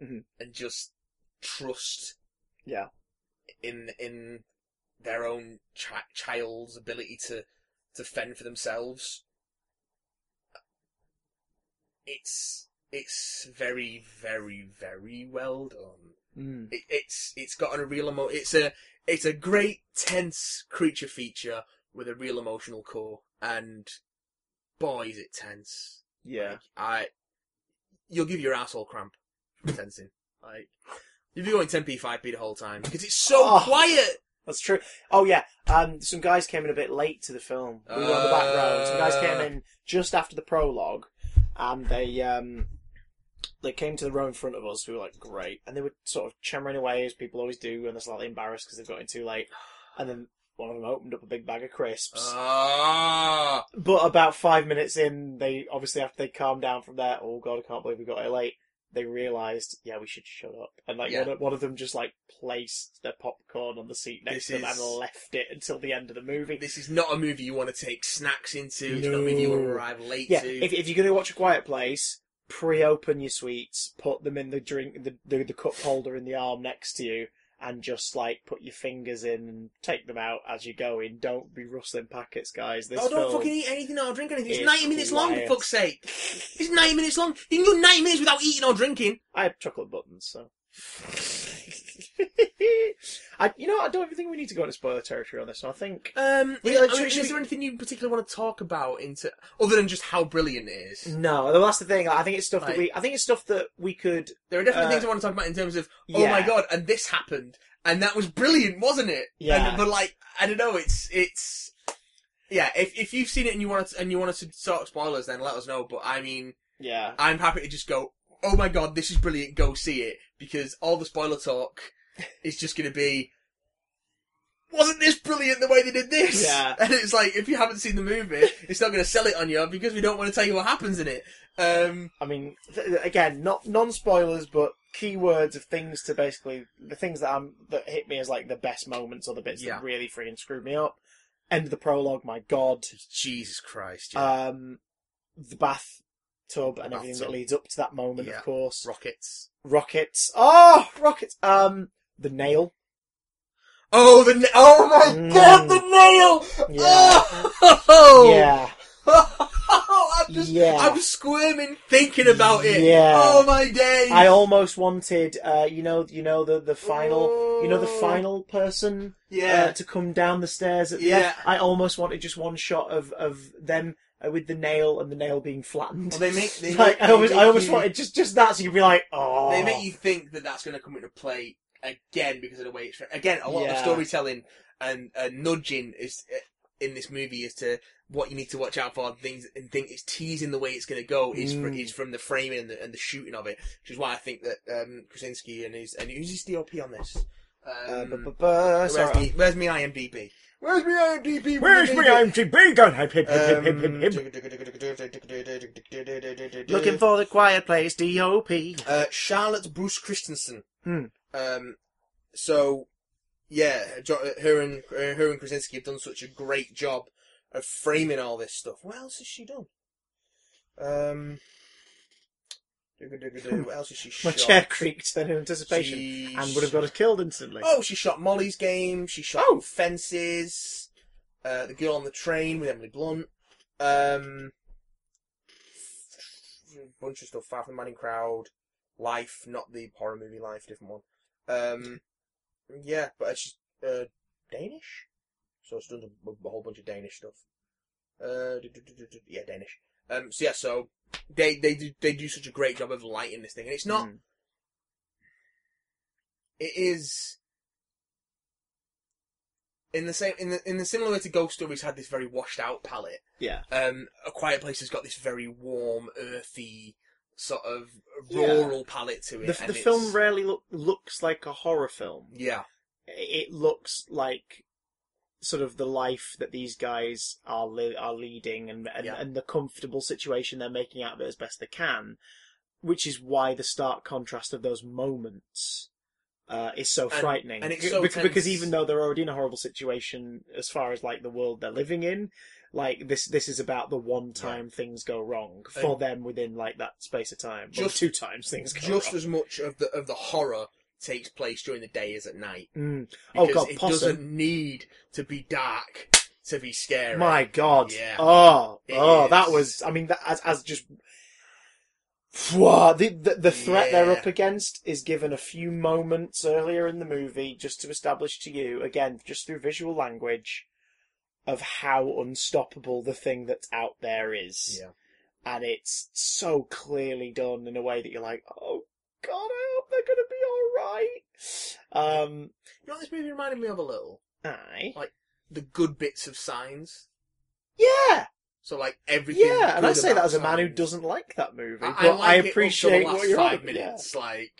A: Mhm.
B: and just trust.
A: Yeah.
B: In in their own chi- child's ability to to fend for themselves. It's it's very very very well done.
A: mm.
B: It, it's it's got a real emo. It's a it's a great tense creature feature with a real emotional core, and boy is it tense.
A: yeah.
B: Like, I you'll give your asshole cramp from tensing. Like you'll be going 10p 5p the whole time because it's so
A: Oh.
B: quiet.
A: That's true. Oh yeah, um, some guys came in a bit late to the film. We were on the back row. Some guys came in just after the prologue, and they um, they came to the row in front of us. We were like, great, and they were sort of chambering away as people always do, and they're slightly embarrassed because they've got in too late. And then one of them opened up a big bag of
B: Uh.
A: crisps.
B: Ah.
A: but about five minutes in, they obviously after they calmed down from there, oh god, I can't believe we got here late. They realised, yeah, we should shut up, and like
B: Yeah.
A: one, of, one of them just like placed their popcorn on the seat next
B: This
A: to them
B: is-
A: and left it until the end of the movie.
B: This is not a movie you want to take snacks into. It's not a movie you want to
A: No.
B: arrive late
A: yeah,
B: to.
A: if, if you're going to watch a quiet place, pre-open your sweets, put them in the drink, the, the the cup holder in the arm next to you, and just like put your fingers in and take them out as you go in. Don't be rustling packets, guys. This
B: oh, don't
A: film-
B: fucking eat anything or drink anything. It's
A: is
B: 90 minutes long, for
A: quiet.
B: fuck's sake. It's 90 minutes long. You can go 90 minutes without eating or drinking.
A: I have chocolate buttons, so. I, you know, what, I don't even think we need to go into spoiler territory on this. one. I think
B: Um,
A: Yeah,
B: yeah, I
A: like,
B: mean,
A: should-
B: is
A: should we-
B: there anything you particularly want to talk about into other than just how brilliant it is?
A: no. That's the thing. I think it's stuff
B: Right.
A: that we. I think it's stuff that we could.
B: There are definitely
A: Uh,
B: things I want to talk about in terms of, oh
A: yeah.
B: my god, and this happened, and that was brilliant, wasn't it?
A: Yeah.
B: And, but like, I don't know, it's, it's, yeah, if if you've seen it and you want to, and you want us to talk spoilers, then let us know. But I mean,
A: Yeah.
B: I'm happy to just go. Oh my god, this is brilliant! Go see it because all the spoiler talk is just going to be. Wasn't this brilliant the way they did this?
A: Yeah.
B: And it's like if you haven't seen the movie, it's not going to sell it on you because we don't want to tell you what happens in it. Um,
A: I mean, th- th- again, not non spoilers, but keywords of things to basically the things that I'm that hit me as like the best moments or the bits
B: Yeah.
A: that really freaking screwed me up. End of the prologue, my god.
B: Jesus Christ!
A: Um, the bath tub and
B: Bath
A: everything
B: tub.
A: that leads up to that moment,
B: Yeah.
A: of course.
B: rockets.
A: Rockets. Oh, rockets. Um, the nail.
B: Oh the na- oh my
A: Mm.
B: god the nail!
A: Yeah.
B: Oh
A: Yeah.
B: I'm just
A: Yeah.
B: I'm squirming thinking about it.
A: Yeah.
B: Oh my days!
A: I almost wanted, uh, you know, you know the the final, you know the final person
B: Oh. Yeah.
A: uh, to come down the stairs at the
B: Yeah.
A: end. I almost wanted just one shot of of them uh, with the nail and the nail being flattened.
B: Well, they make they
A: like
B: make-
A: I almost,
B: they
A: I
B: make
A: almost
B: you,
A: wanted just just that, so you'd be like, oh,
B: They make you think that that's going to come into play again because of the way it's again a lot of the
A: Yeah.
B: storytelling and uh, nudging is eh, in this movie is to what you need to watch out for and things and think it's teasing the way it's going to go is fr-
A: Mm.
B: is from the framing and the, and the shooting of it, which is why I think that um, Krasinski and his and who's his DOP on this.
A: Uh,
B: Um,
A: bu- bu- bu-
B: where's,
A: sorry.
B: me, where's me IMDb? Where's me IMDb?
A: IMDb going? Hip, hip,
B: Um, IMDb?
A: Looking for the quiet place, DOP.
B: Uh, Charlotte Bruce Christensen.
A: Hmm.
B: Um, so, yeah, jo- her and uh, her and Krasinski have done such a great job of framing all this stuff. What else has she done? Um, what else has she
A: My
B: shot?
A: chair creaked in anticipation
B: She-
A: and would have got us killed instantly.
B: Oh, she shot Molly's Game. She shot
A: Oh.
B: Fences. Uh, the Girl on the Train with Emily Blunt. Um, a bunch of stuff. Far from the Madding Crowd. Life, not the horror movie Life, different one. Um, yeah, but uh, she's uh, Danish, so she's done a, a whole bunch of Danish stuff. Uh, du- du- du- du- du- yeah, Danish. Um, so yeah, so they they do they do such a great job of lighting this thing, and it's not
A: Mm.
B: it is in the same in the in the similar way to Ghost Stories had this very washed out palette.
A: Yeah.
B: Um, A Quiet Place has got this very warm, earthy sort of
A: Yeah.
B: rural palette to it.
A: The,
B: and
A: the
B: it's-
A: film rarely look, looks like a horror film.
B: yeah,
A: It it looks like sort of the life that these guys are li- are leading and and,
B: Yeah.
A: and the comfortable situation they're making out of it as best they can, which is why the stark contrast of those moments uh, is so
B: And-
A: frightening.
B: and it's so
A: because, because
B: tense.
A: even though they're already in a horrible situation as far as like the world they're living in, like this this is about the one time things go wrong for
B: And-
A: them within like that space of time. Well,
B: Just-
A: two times things go
B: just
A: wrong.
B: as much of the of the horror takes place during the day as at night.
A: Mm. Oh,
B: Because
A: God,
B: it
A: possum.
B: doesn't need to be dark to be scary.
A: My God!
B: Yeah.
A: Oh,
B: It
A: oh, that
B: is.
A: was. I mean, that as as just. Wow, the, the the threat they're
B: Yeah.
A: up against is given a few moments earlier in the movie just to establish to you again just through visual language of how unstoppable the thing that's out there is
B: Yeah.
A: and it's so clearly done in a way that you're like oh god I hope they're gonna be all right um
B: You know what this movie reminded me of a little?
A: aye
B: The good bits of signs.
A: yeah
B: So like everything.
A: Yeah, and
B: good
A: I say that
B: about
A: as a man who
B: Signs.
A: doesn't like that movie,
B: I,
A: but
B: I
A: I,
B: like it up to
A: appreciate
B: the last
A: what you're
B: five
A: on.
B: minutes. Like,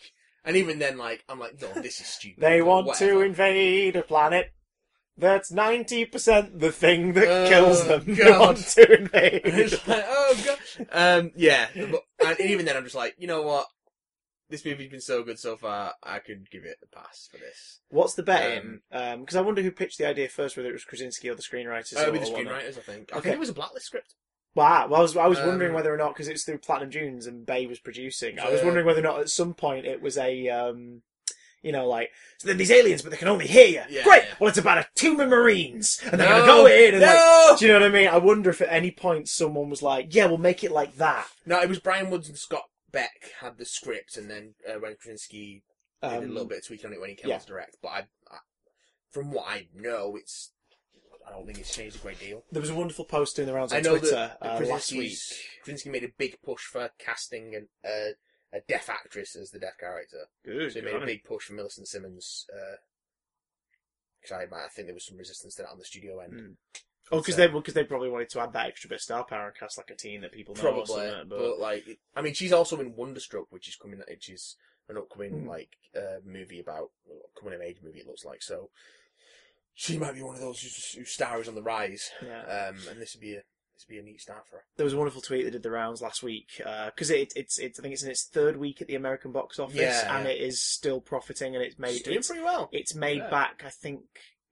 B: and even then, like I'm like, no, this is stupid.
A: Yeah. They
B: or
A: want to
B: whatever.
A: invade a planet that's ninety percent the thing that
B: Oh,
A: kills them. They
B: God.
A: want to invade.
B: It's like, oh god. Um, yeah, but, and even then, I'm just like, you know what? This movie's been so good so far. I could give it a pass for this.
A: What's the bet
B: Um,
A: in? Because I wonder who pitched the idea first, whether it was Krasinski or the screenwriters.
B: Uh,
A: or,
B: with the
A: or whatnot.
B: screenwriters, I think. I
A: Okay.
B: think it was a blacklist script.
A: Wow, well, I was, I was wondering
B: Um,
A: whether or not because it's through Platinum Dunes and Bay was producing. I was
B: Uh,
A: wondering whether or not at some point it was a, um, you know, like so they're these aliens, but they can only hear you.
B: Yeah,
A: Great.
B: yeah.
A: Well, it's about a team of Marines, and they're
B: No,
A: gonna go in and like,
B: no,
A: do you know what I mean? I wonder if at any point someone was like, "Yeah, we'll make it like that."
B: no. It was Brian Woods and Scott Beck had the script, and then uh, when Krasinski They did a
A: Um,
B: little bit of tweaking on it when he came
A: yeah.
B: out to direct, but I, I, from what I know, it's I don't think it's changed a great deal.
A: There was a wonderful post doing the rounds on
B: I know
A: Twitter
B: that, that
A: uh, last
B: Krasinski's-
A: week.
B: Krasinski made a big push for casting an, uh, a deaf actress as the deaf character.
A: Good.
B: So he made a big push for Millicent uh, Simmons. Because I, I think there was some resistance to that on the studio end.
A: Mm. Oh, because
B: So-
A: they because they probably wanted to add that extra bit of star power and cast like a teen that people know. or
B: probably,
A: something,
B: but... like, I mean, she's also in Wonderstruck, which is coming, which is an upcoming
A: Hmm.
B: like uh, movie about coming of age movie. It looks like so. She might be one of those whose, whose star is on the rise,
A: yeah.
B: um, and this would be a this would be a neat start for her.
A: there was a wonderful tweet that did the rounds last week because it, it's it's I think it's in its third week at the American box office
B: Yeah,
A: and
B: yeah.
A: it is still profiting and it's made
B: She's doing
A: it's,
B: pretty well.
A: it's made
B: Yeah.
A: back I think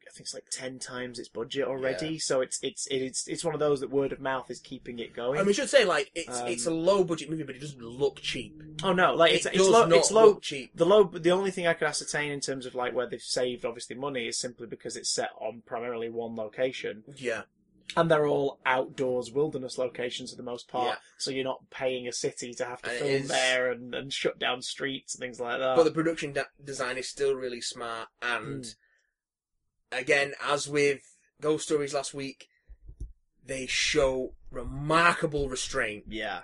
A: I think it's like ten times its budget already so it's it's it's it's one of those that word of mouth is keeping it going.
B: I mean, I should say like it's
A: Um,
B: it's a low budget movie, but it doesn't look cheap.
A: oh no, like it's
B: it
A: it's
B: does
A: low
B: not
A: it's low
B: look cheap.
A: The low, the only thing I could ascertain in terms of like where they've saved obviously money is simply because it's set on primarily one location,
B: Yeah,
A: and they're all outdoors wilderness locations for the most part.
B: Yeah.
A: So you're not paying a city to have to
B: And it
A: film
B: is-
A: there and, and shut down streets and things like that.
B: but the production da- design is still really smart, and
A: mm.
B: again, as with Ghost Stories last week, they show remarkable restraint.
A: yeah,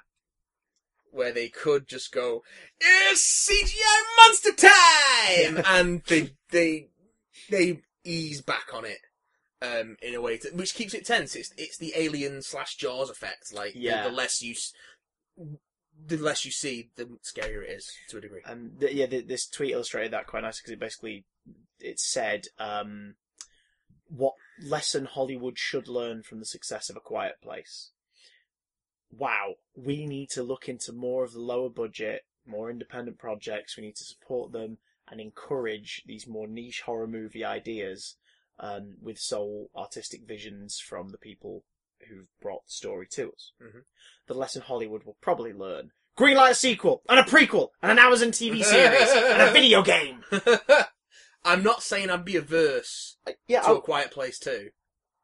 B: where they could just go, "It's CGI monster time," and they they they ease back on it um, in a way to, which keeps it tense. It's it's the alien slash Jaws effect. Like the-
A: Yeah.
B: the, less you s- the less you see, the scarier it is to a degree.
A: and th- yeah, th- this tweet illustrated that quite nicely because it basically it said um, what lesson Hollywood should learn from the success of A Quiet Place. Wow, we need to look into more of the lower budget, more independent projects. We need to support them and encourage these more niche horror movie ideas um, with soul artistic visions from the people who've brought the story to us.
B: Mhm.
A: The lesson Hollywood will probably learn. Greenlight a sequel and a prequel and an hours in TV series and a video game. Uh.
B: I'm not saying I'd be averse
A: Yeah, oh,
B: to a quiet place too,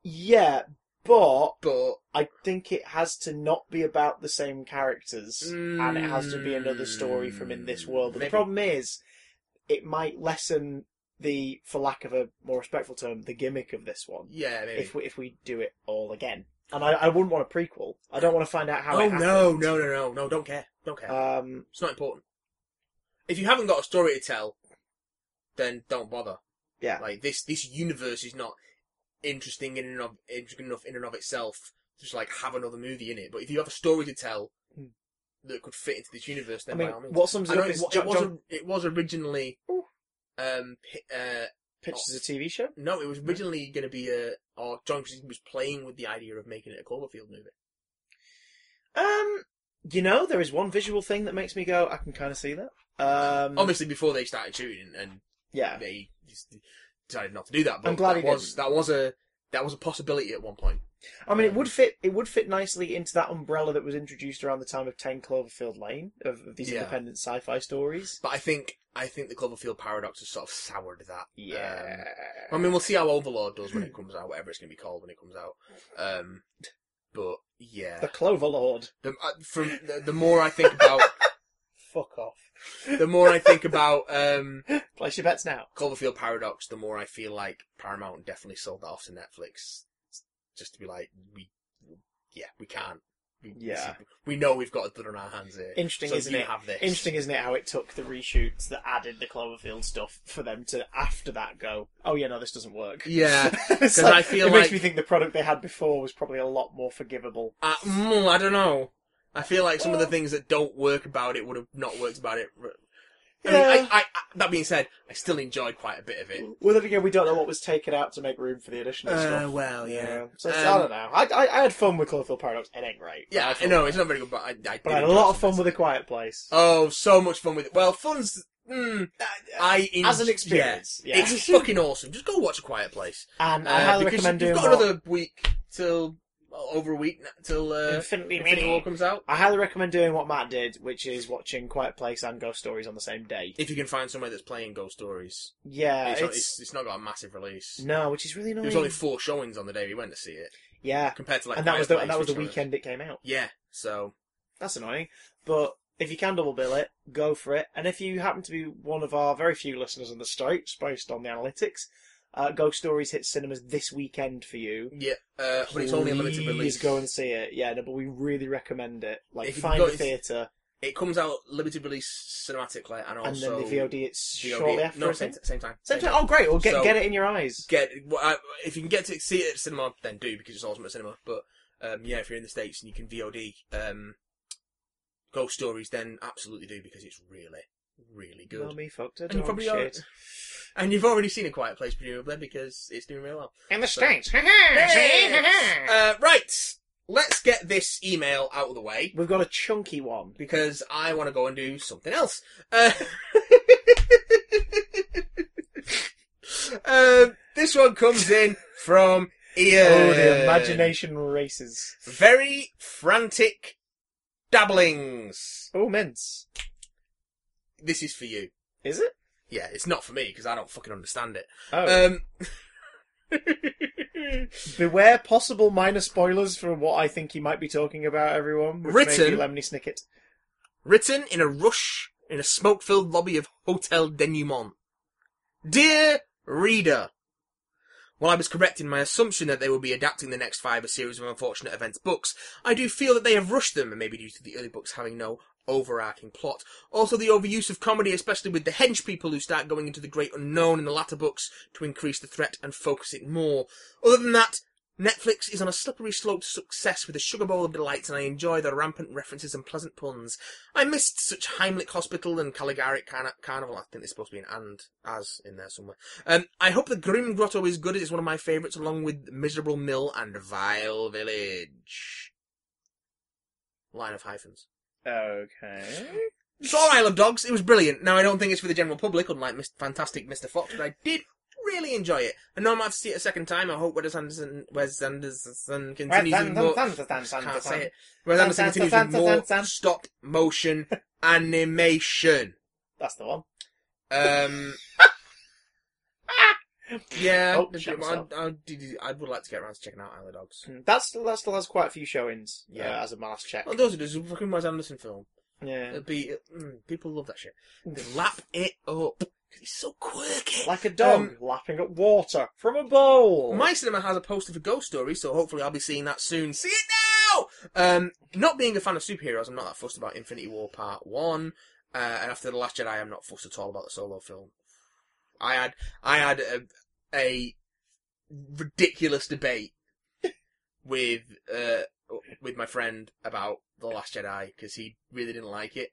A: yeah, but
B: but
A: I think it has to not be about the same characters, and it has to be another story from in this world. But
B: Mm, Maybe.
A: the problem is, it might lessen the, for lack of a more respectful term, the gimmick of this one.
B: yeah, maybe.
A: If we if we do it all again, and I, I wouldn't want a prequel. I don't want to find out how.
B: oh
A: it
B: no,
A: happened.
B: no, no, no, no! Don't care, don't care.
A: Um,
B: It's not important. If you haven't got a story to tell, then don't bother.
A: Yeah.
B: Like this, this universe is not interesting in and of interesting enough in and of itself to just like have another movie in it. But if you have a story to tell
A: Hmm.
B: that could fit into this universe,
A: I
B: then
A: mean,
B: by all means.
A: what sums
B: I
A: it
B: know
A: up
B: it,
A: is
B: wa- it
A: John,
B: was
A: John
B: it was originally
A: Ooh.
B: um pi- uh
A: pitched as a TV show.
B: no, it was originally going to be a or John Krasinski was playing with the idea of making it a Cloverfield movie.
A: Um, you know, there is one visual thing that makes me go, I can kind of see that. Um,
B: Obviously, before they started shooting and
A: yeah,
B: they just decided not to do that. But
A: I'm glad
B: that
A: he
B: was
A: didn't.
B: that was a that was a possibility at one point.
A: I mean, it would fit. It would fit nicely into that umbrella that was introduced around the time of Ten Cloverfield Lane of, of these
B: Yeah.
A: independent sci-fi stories.
B: But I think I think the Cloverfield paradox has sort of soured that.
A: Yeah,
B: Um, I mean, we'll see how Overlord does when it comes out, whatever it's going to be called when it comes out. Um, but yeah,
A: the Clover Lord.
B: the, uh, from the, the more I think about
A: Fuck off.
B: the more I think about um,
A: Place your bets now.
B: Cloverfield paradox, the more I feel like Paramount definitely sold that off to Netflix, just to be like we, yeah, we can't. We,
A: Yeah.
B: we know we've got a blood on our hands here.
A: Interesting,
B: so
A: isn't
B: you
A: it?
B: Have this.
A: Interesting, isn't it? How it took the reshoots that added the Cloverfield stuff for them to after that go. Oh yeah, no, this doesn't work.
B: Yeah,
A: because
B: I feel
A: it
B: like-
A: makes me think the product they had before was probably a lot more forgivable.
B: uh, mm, I don't know. I feel like some of the things that don't work about it would have not worked about it. I mean,
A: Yeah. Uh,
B: I, I, I, that being said, I still enjoyed quite a bit of it.
A: Well, then again, we don't know what was taken out to make room for the additional
B: Uh,
A: stuff.
B: well,
A: So it's- I
B: Oh, Um,
A: don't know. I, I, I had fun with Cloverfield Paradox. It ain't great. but
B: Yeah,
A: had
B: I
A: fun.
B: know it's not very good, but I, I did
A: But I had a
B: enjoy
A: lot of
B: some
A: fun
B: bits.
A: with A Quiet Place. Uh,
B: Oh, so much fun with it. Well, fun's. Mm, I en-
A: As an experience,
B: yeah.
A: yeah.
B: it's fucking awesome. Just go watch A Quiet Place.
A: And I
B: Uh,
A: highly
B: because
A: recommend
B: you've
A: doing
B: got
A: what
B: another week till well, over a week n- till uh,
A: Infinitely
B: Infinity
A: Mini-
B: War comes out.
A: I highly recommend doing what Matt did, which is watching Quiet Place and Ghost Stories on the same day.
B: If you can find somewhere that's playing Ghost Stories,
A: Yeah,
B: it's,
A: it's,
B: not, it's, it's not got a massive release.
A: no, which is really
B: There
A: annoying.
B: was only four showings on the day we went to see it,
A: yeah,
B: compared to like
A: and that
B: Quiet
A: was the
B: Place,
A: and that was the
B: which showings-
A: weekend it came out.
B: Yeah, so
A: That's annoying. But if you can double bill it, go for it. And if you happen to be one of our very few listeners in the states, based on the analytics, uh, Ghost Stories hits cinemas this weekend for you.
B: yeah, uh, but it's only a limited
A: Please
B: release.
A: Go and see it. Yeah, no, but we really recommend it. Like,
B: If you
A: find
B: go-
A: a theatre.
B: It comes out limited release cinematically and
A: and
B: also
A: then the VOD it
B: VOD
A: shortly after.
B: No,
A: I
B: same,
A: think.
B: same time.
A: Same time. Oh, great! Well, get
B: So-
A: get it in your eyes.
B: Get well, I, if you can get to see it at cinema, then do because it's awesome at cinema. But um, yeah, if you're in the states and you can VOD um, Ghost Stories, then absolutely do because it's really, really good.
A: Well, me fucked a
B: and you
A: dog
B: probably
A: shit.
B: are, and you've already seen a Quiet Place presumably because it's doing really well.
A: In the
B: So-
A: States. Ha ha! See? Ha ha!
B: Uh, right, let's get this email out of the way
A: We've got a chunky one.
B: because I want to go and do something else. Uh, um, this one comes in from Ian.
A: Oh, the imagination races.
B: Very frantic dabblings.
A: Oh, mints.
B: This is for you.
A: Is it?
B: Yeah, it's not for me because I don't fucking understand it.
A: Oh.
B: Um,
A: Beware possible minor spoilers for what I think he might be talking about, everyone. Which May be
B: Written-
A: Lemony Snicket.
B: written in a rush in a smoke-filled lobby of Hotel Denouement. Dear reader, while I was correct in my assumption that they will be adapting the next five a series of unfortunate events books, I do feel that they have rushed them, and maybe due to the early books having no overarching plot. Also, the overuse of comedy, especially with the hench people who start going into the great unknown in the latter books to increase the threat and focus it more. Other than that, Netflix is on a slippery slope to success with a sugar bowl of delights, and I enjoy the rampant references and pleasant puns. I missed such Heimlich Hospital and Caligaric Carna- Carnival. I think there's supposed to be an and as in there somewhere. Um, I hope the Grim Grotto is good. It's one of my favourites, along with Miserable Mill and Vile Village. Line of hyphens.
A: Okay.
B: It's all I love dogs. It was brilliant. Now I don't think it's for the general public, unlike Mr. Fantastic Mr. Fox, but I did really enjoy it. I know I might have to see it a second time. I hope Wes Anderson, Wes Anderson continues with more. Can't say it. Wes Anderson continues with more stop motion animation.
A: That's the one.
B: Um. Yeah,
A: Oh,
B: I-
A: shut
B: I,
A: myself.
B: I, did- I would like to get around to checking out Isle of Dogs.
A: That still, Hmm, that still has quite a few showings. Yeah,
B: Yeah.
A: as a mass check.
B: Well, does it? There's a fucking Wes Anderson film.
A: Yeah,
B: It'd be it- mm, people love that shit. They lap it up 'Cause it's so quirky.
A: like a dog
B: Um,
A: lapping up water from a bowl.
B: My cinema has a poster for Ghost Story, so hopefully I'll be seeing that soon. See it now! Um, not being a fan of superheroes, I'm not that fussed about Infinity War Part 1. Uh, and after The Last Jedi, I'm not fussed at all about the solo film. I had, I had a, a ridiculous debate with, uh, with my friend about The Last Jedi, because he really didn't like it.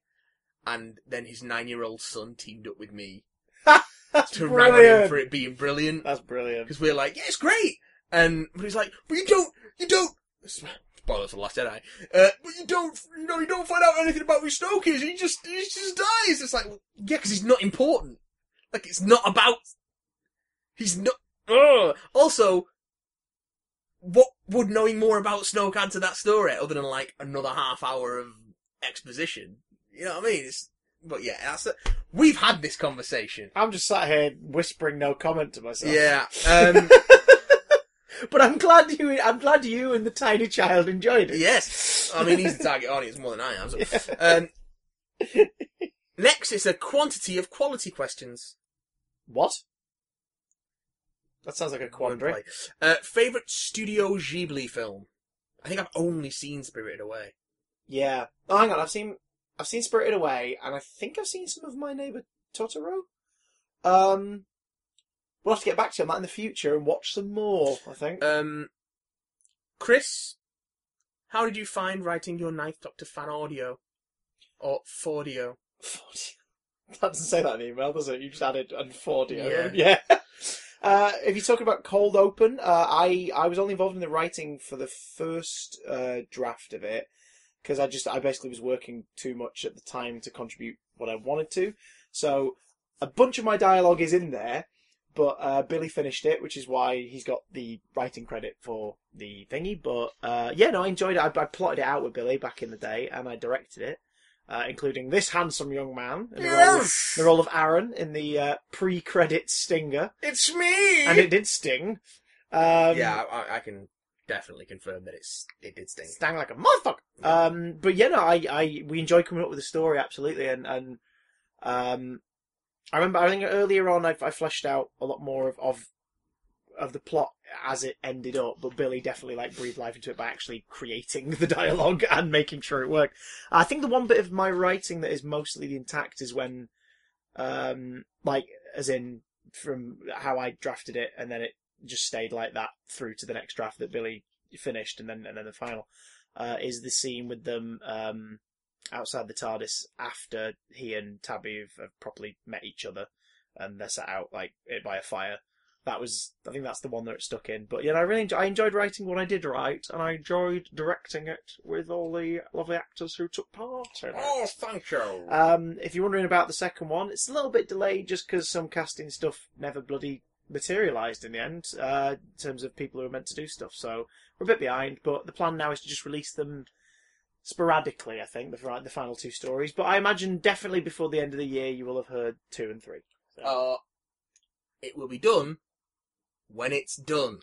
B: And then his nine-year-old son teamed up with me
A: That's
B: to
A: brilliant.
B: rag on him for it being brilliant
A: That's brilliant.
B: because we're like, yeah, it's great, and but he's like, but you don't, you don't. Spoiler for the Last Jedi. Uh, but you don't, you know, you don't find out anything about who Snoke is. He just, he just dies. It's like, well, yeah, because he's not important. Like, it's not about. He's not. Ugh. Also, what would knowing more about Snoke add to that story other than like another half hour of exposition? You know what I mean? It's, but yeah, that's it. We've had this conversation.
A: I'm just sat here whispering no comment to myself.
B: Yeah. Um,
A: but I'm glad you. I'm glad you and the tiny child enjoyed it.
B: Yes. I mean, he's the target audience more than I am. So. Um, next is a quantity of quality questions.
A: What? That sounds like a quandary.
B: Wordplay. Uh, favorite Studio Ghibli film? I think I've only seen Spirited Away.
A: Yeah. Oh, hang on. I've seen I've seen Spirited Away, and I think I've seen some of My Neighbor Totoro. Um, we'll have to get back to you on that in the future and watch some more. I think.
B: Um, Chris, how did you find writing your Knife Doctor fan audio? Or Fordio?
A: that doesn't say that in the email, does it? You just added and forty.
B: Yeah.
A: Yeah. Uh, if you're talking about cold open, uh, I I was only involved in the writing for the first uh, draft of it because I just I basically was working too much at the time to contribute what I wanted to. So a bunch of my dialogue is in there, but uh, Billy finished it, which is why he's got the writing credit for the thingy. But uh, yeah, no, I enjoyed it. I, I plotted it out with Billy back in the day, and I directed it, uh, including this handsome young man in the role of the role of Aaron in the uh, pre-credit stinger,
B: It's me!
A: and it did sting. Um,
B: yeah, I, I can definitely confirm that it's it did sting.
A: sting like a motherfucker. Um, but yeah, no, I, I, we enjoy coming up with a story absolutely, and and um, I remember I think earlier on I, I fleshed out a lot more of of of the plot as it ended up, but Billy definitely like breathed life into it by actually creating the dialogue and making sure it worked. I think the one bit of my writing that is mostly intact is when, um, like as in from how I drafted it, and then it just stayed like that through to the next draft that Billy finished, and then and then the final uh, is the scene with them um, outside the TARDIS after he and Tabby have, have properly met each other, and they're set out like by a fire. That was, I think, that's the one that it stuck in. But yeah, I really, enjoy, I enjoyed writing what I did write, and I enjoyed directing it with all the lovely actors who took part in it.
B: Oh, thank you.
A: Um, if you're wondering about the second one, it's a little bit delayed just because some casting stuff never bloody materialised in the end, uh, in terms of people who are meant to do stuff. So we're a bit behind, but the plan now is to just release them sporadically, I think, the, fi- the final two stories. But I imagine definitely before the end of the year, you will have heard two and three. So,
B: uh, it will be done when it's done.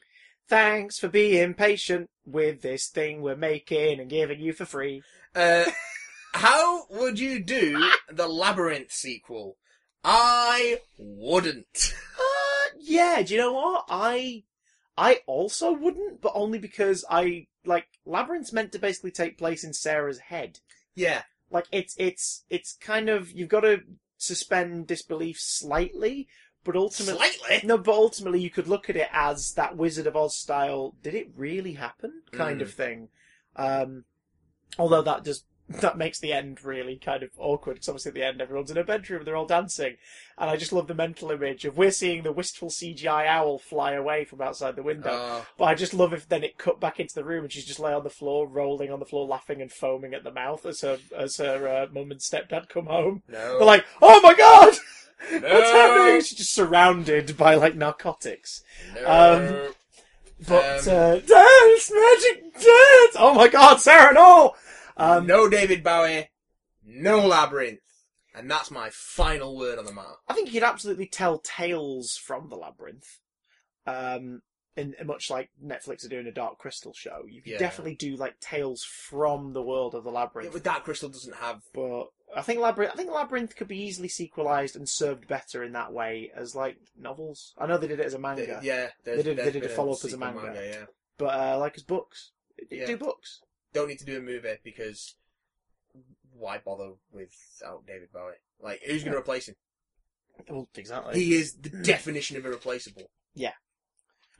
A: Thanks for being patient with this thing we're making and giving you for free.
B: Uh, how would you do the Labyrinth sequel? I wouldn't.
A: Uh, yeah, do you know what? I I also wouldn't, but only because I like Labyrinth's meant to basically take place in Sarah's head.
B: Yeah.
A: Like it's it's it's kind of you've got to suspend disbelief slightly, but ultimately
B: Slightly.
A: no, but ultimately you could look at it as that Wizard of Oz style did it really happen kind
B: Mm.
A: of thing. Um although that just that makes the end really kind of awkward because obviously at the end everyone's in a bedroom, they're all dancing. And I just love the mental image of we're seeing the wistful CGI owl fly away from outside the window.
B: Uh,
A: But I just love if then it cut back into the room and she's just lay on the floor, rolling on the floor, laughing and foaming at the mouth as her as her uh, mum and stepdad come home.
B: no.
A: They're like, "Oh my god, what's
B: No.
A: happening?" She's just surrounded by like narcotics.
B: no.
A: um, But
B: Um,
A: uh, dance, magic dance! Oh my god, Sarah, no! Um,
B: no David Bowie, no Labyrinth. And that's my final word on the matter.
A: I think you could absolutely tell tales from the labyrinth. Um, and much like Netflix are doing a Dark Crystal show, you could
B: Yeah.
A: definitely do like tales from the world of the labyrinth.
B: But Dark Crystal doesn't have.
A: but I think Labyrinth, I think Labyrinth could be easily sequelized and served better in that way as like novels. I know they did it as a
B: the-
A: manga,
B: yeah,
A: They
B: there's-
A: did- they
B: there's
A: did a
B: been
A: follow-up as a
B: sequel
A: manga.
B: Yeah,
A: but uh, like as books, You could
B: Yeah.
A: do books.
B: don't need to do a movie because why bother without David Bowie? Like, who's going to replace him?
A: Well, exactly.
B: He is the definition of irreplaceable.
A: Yeah.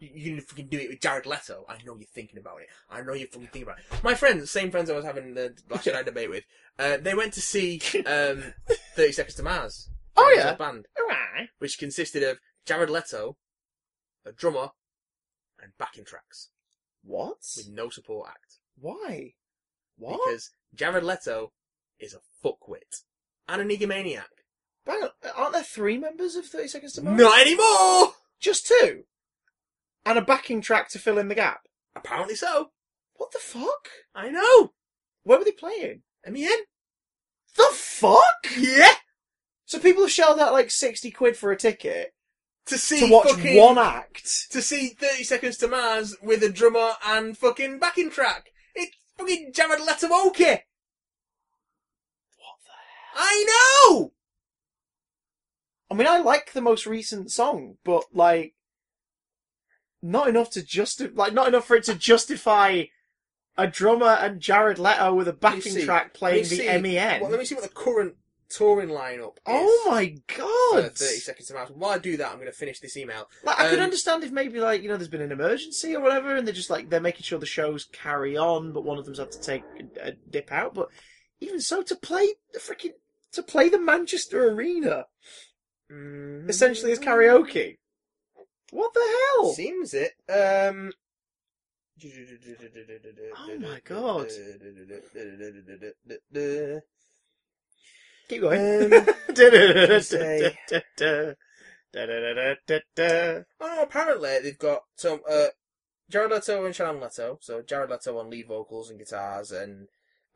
B: You, you can fucking do it with Jared Leto. I know you're thinking about it. I know you're fucking thinking about it. My friends, the same friends I was having the last Jedi debate with, uh, they went to see um, 30 Seconds to Mars.
A: Oh,
B: It was
A: yeah.
B: a band,
A: Alright.
B: which consisted of Jared Leto, a drummer, and backing tracks
A: What?
B: with no support act.
A: Why? What?
B: Because Jared Leto is a fuckwit and an egomaniac.
A: Hang on, aren't there three members of Thirty Seconds to Mars?
B: Not anymore!
A: just two, and a backing track to fill in the gap.
B: Apparently so.
A: What the fuck?
B: I know.
A: Where were they playing?
B: MEN?
A: The fuck?
B: Yeah.
A: So people have shelled out like sixty quid for a ticket
B: To see
A: to watch
B: fucking-
A: one act.
B: to see 30 Seconds to Mars with a drummer and fucking backing track. It's fucking Jared Leto Oki.
A: What the
B: I know!
A: I mean, I like the most recent song, but like, not enough to justify, like, not enough for it to justify a drummer and Jared Leto with a
B: Let me
A: backing
B: see.
A: track
B: Let me
A: playing
B: see-
A: the MEN.
B: Well, let me see what the current touring lineup is.
A: oh my
B: for
A: god!
B: 30 Seconds to Mars. While I do that, I'm going to finish this email.
A: Like, I could
B: Um,
A: understand if maybe like you know there's been an emergency or whatever, and they're just like they're making sure the shows carry on, but one of them's had to take a, a dip out. But even so, to play the freaking to play the Manchester Arena essentially as karaoke. What the hell?
B: Seems it. Um.
A: Oh my God. Keep
B: Um,
A: going.
B: I say- Oh, apparently they've got some uh, Jared Leto and Shannon Leto. So Jared Leto on lead vocals and guitars, and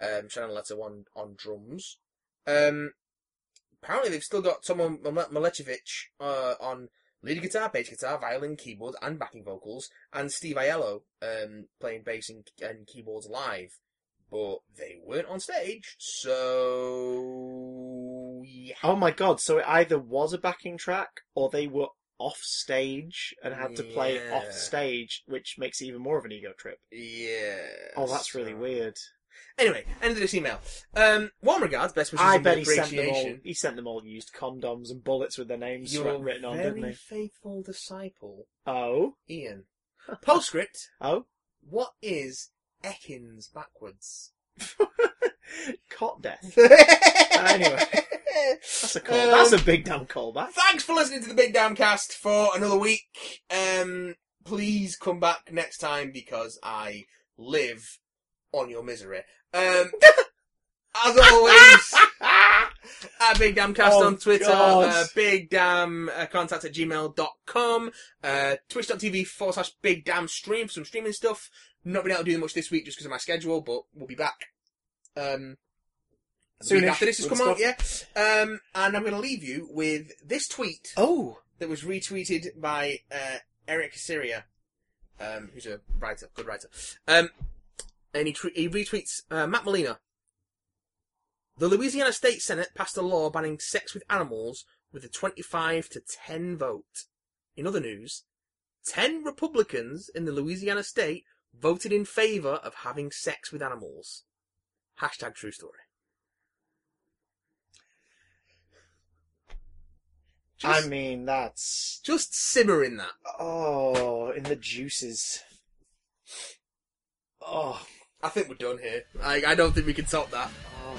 B: um, Shannon Leto on on drums. Um, apparently they've still got Tom Malechevich uh, on lead guitar, bass guitar, violin, keyboard, and backing vocals, and Steve Aiello um, playing bass and, and keyboards live. But they weren't on stage, so yeah.
A: oh my god! So it either was a backing track or they were off stage and had to play
B: Yeah.
A: off stage, which makes it even more of an ego trip.
B: Yeah.
A: Oh, that's really weird.
B: Anyway, end of this email. Um, warm regards, best wishes.
A: I
B: and
A: bet he sent them all.
B: appreciation.
A: He sent them all used condoms and bullets with their names
B: Your
A: written on,
B: very
A: didn't he?
B: faithful disciple,
A: Oh,
B: Ian. Postscript:
A: oh,
B: What is Ekins backwards?
A: cot death.
B: anyway, Um,
A: That's a call. That's a big damn callback.
B: Thanks for listening to the Big Damn Cast for another week. Um, please come back next time because I live on your misery. Um, as always, at Uh, Big Damn Cast
A: Oh,
B: on Twitter,
A: God.
B: uh, Big Damn uh, contact at gmail.com, uh, twitch.tv forward slash Big Damn stream for some streaming stuff. Not been able to do much this week just because of my schedule, but we'll be back. Um, soon
A: Soonish
B: after this has
A: with
B: come out, yeah. Um, and I'm going to leave you with this tweet
A: Oh,
B: that was retweeted by uh, Eric Syria, um, who's a writer, good writer. Um, and he, tre- he retweets uh, Matt Molina. The Louisiana State Senate passed a law banning sex with animals with a 25 to 10 vote. In other news, 10 Republicans in the Louisiana state voted in favor of having sex with animals. Hashtag true story. Just-
A: I mean that's
B: Just simmer in that.
A: oh in the juices. Oh.
B: I think we're done here. I, I don't think we can top that.
A: oh.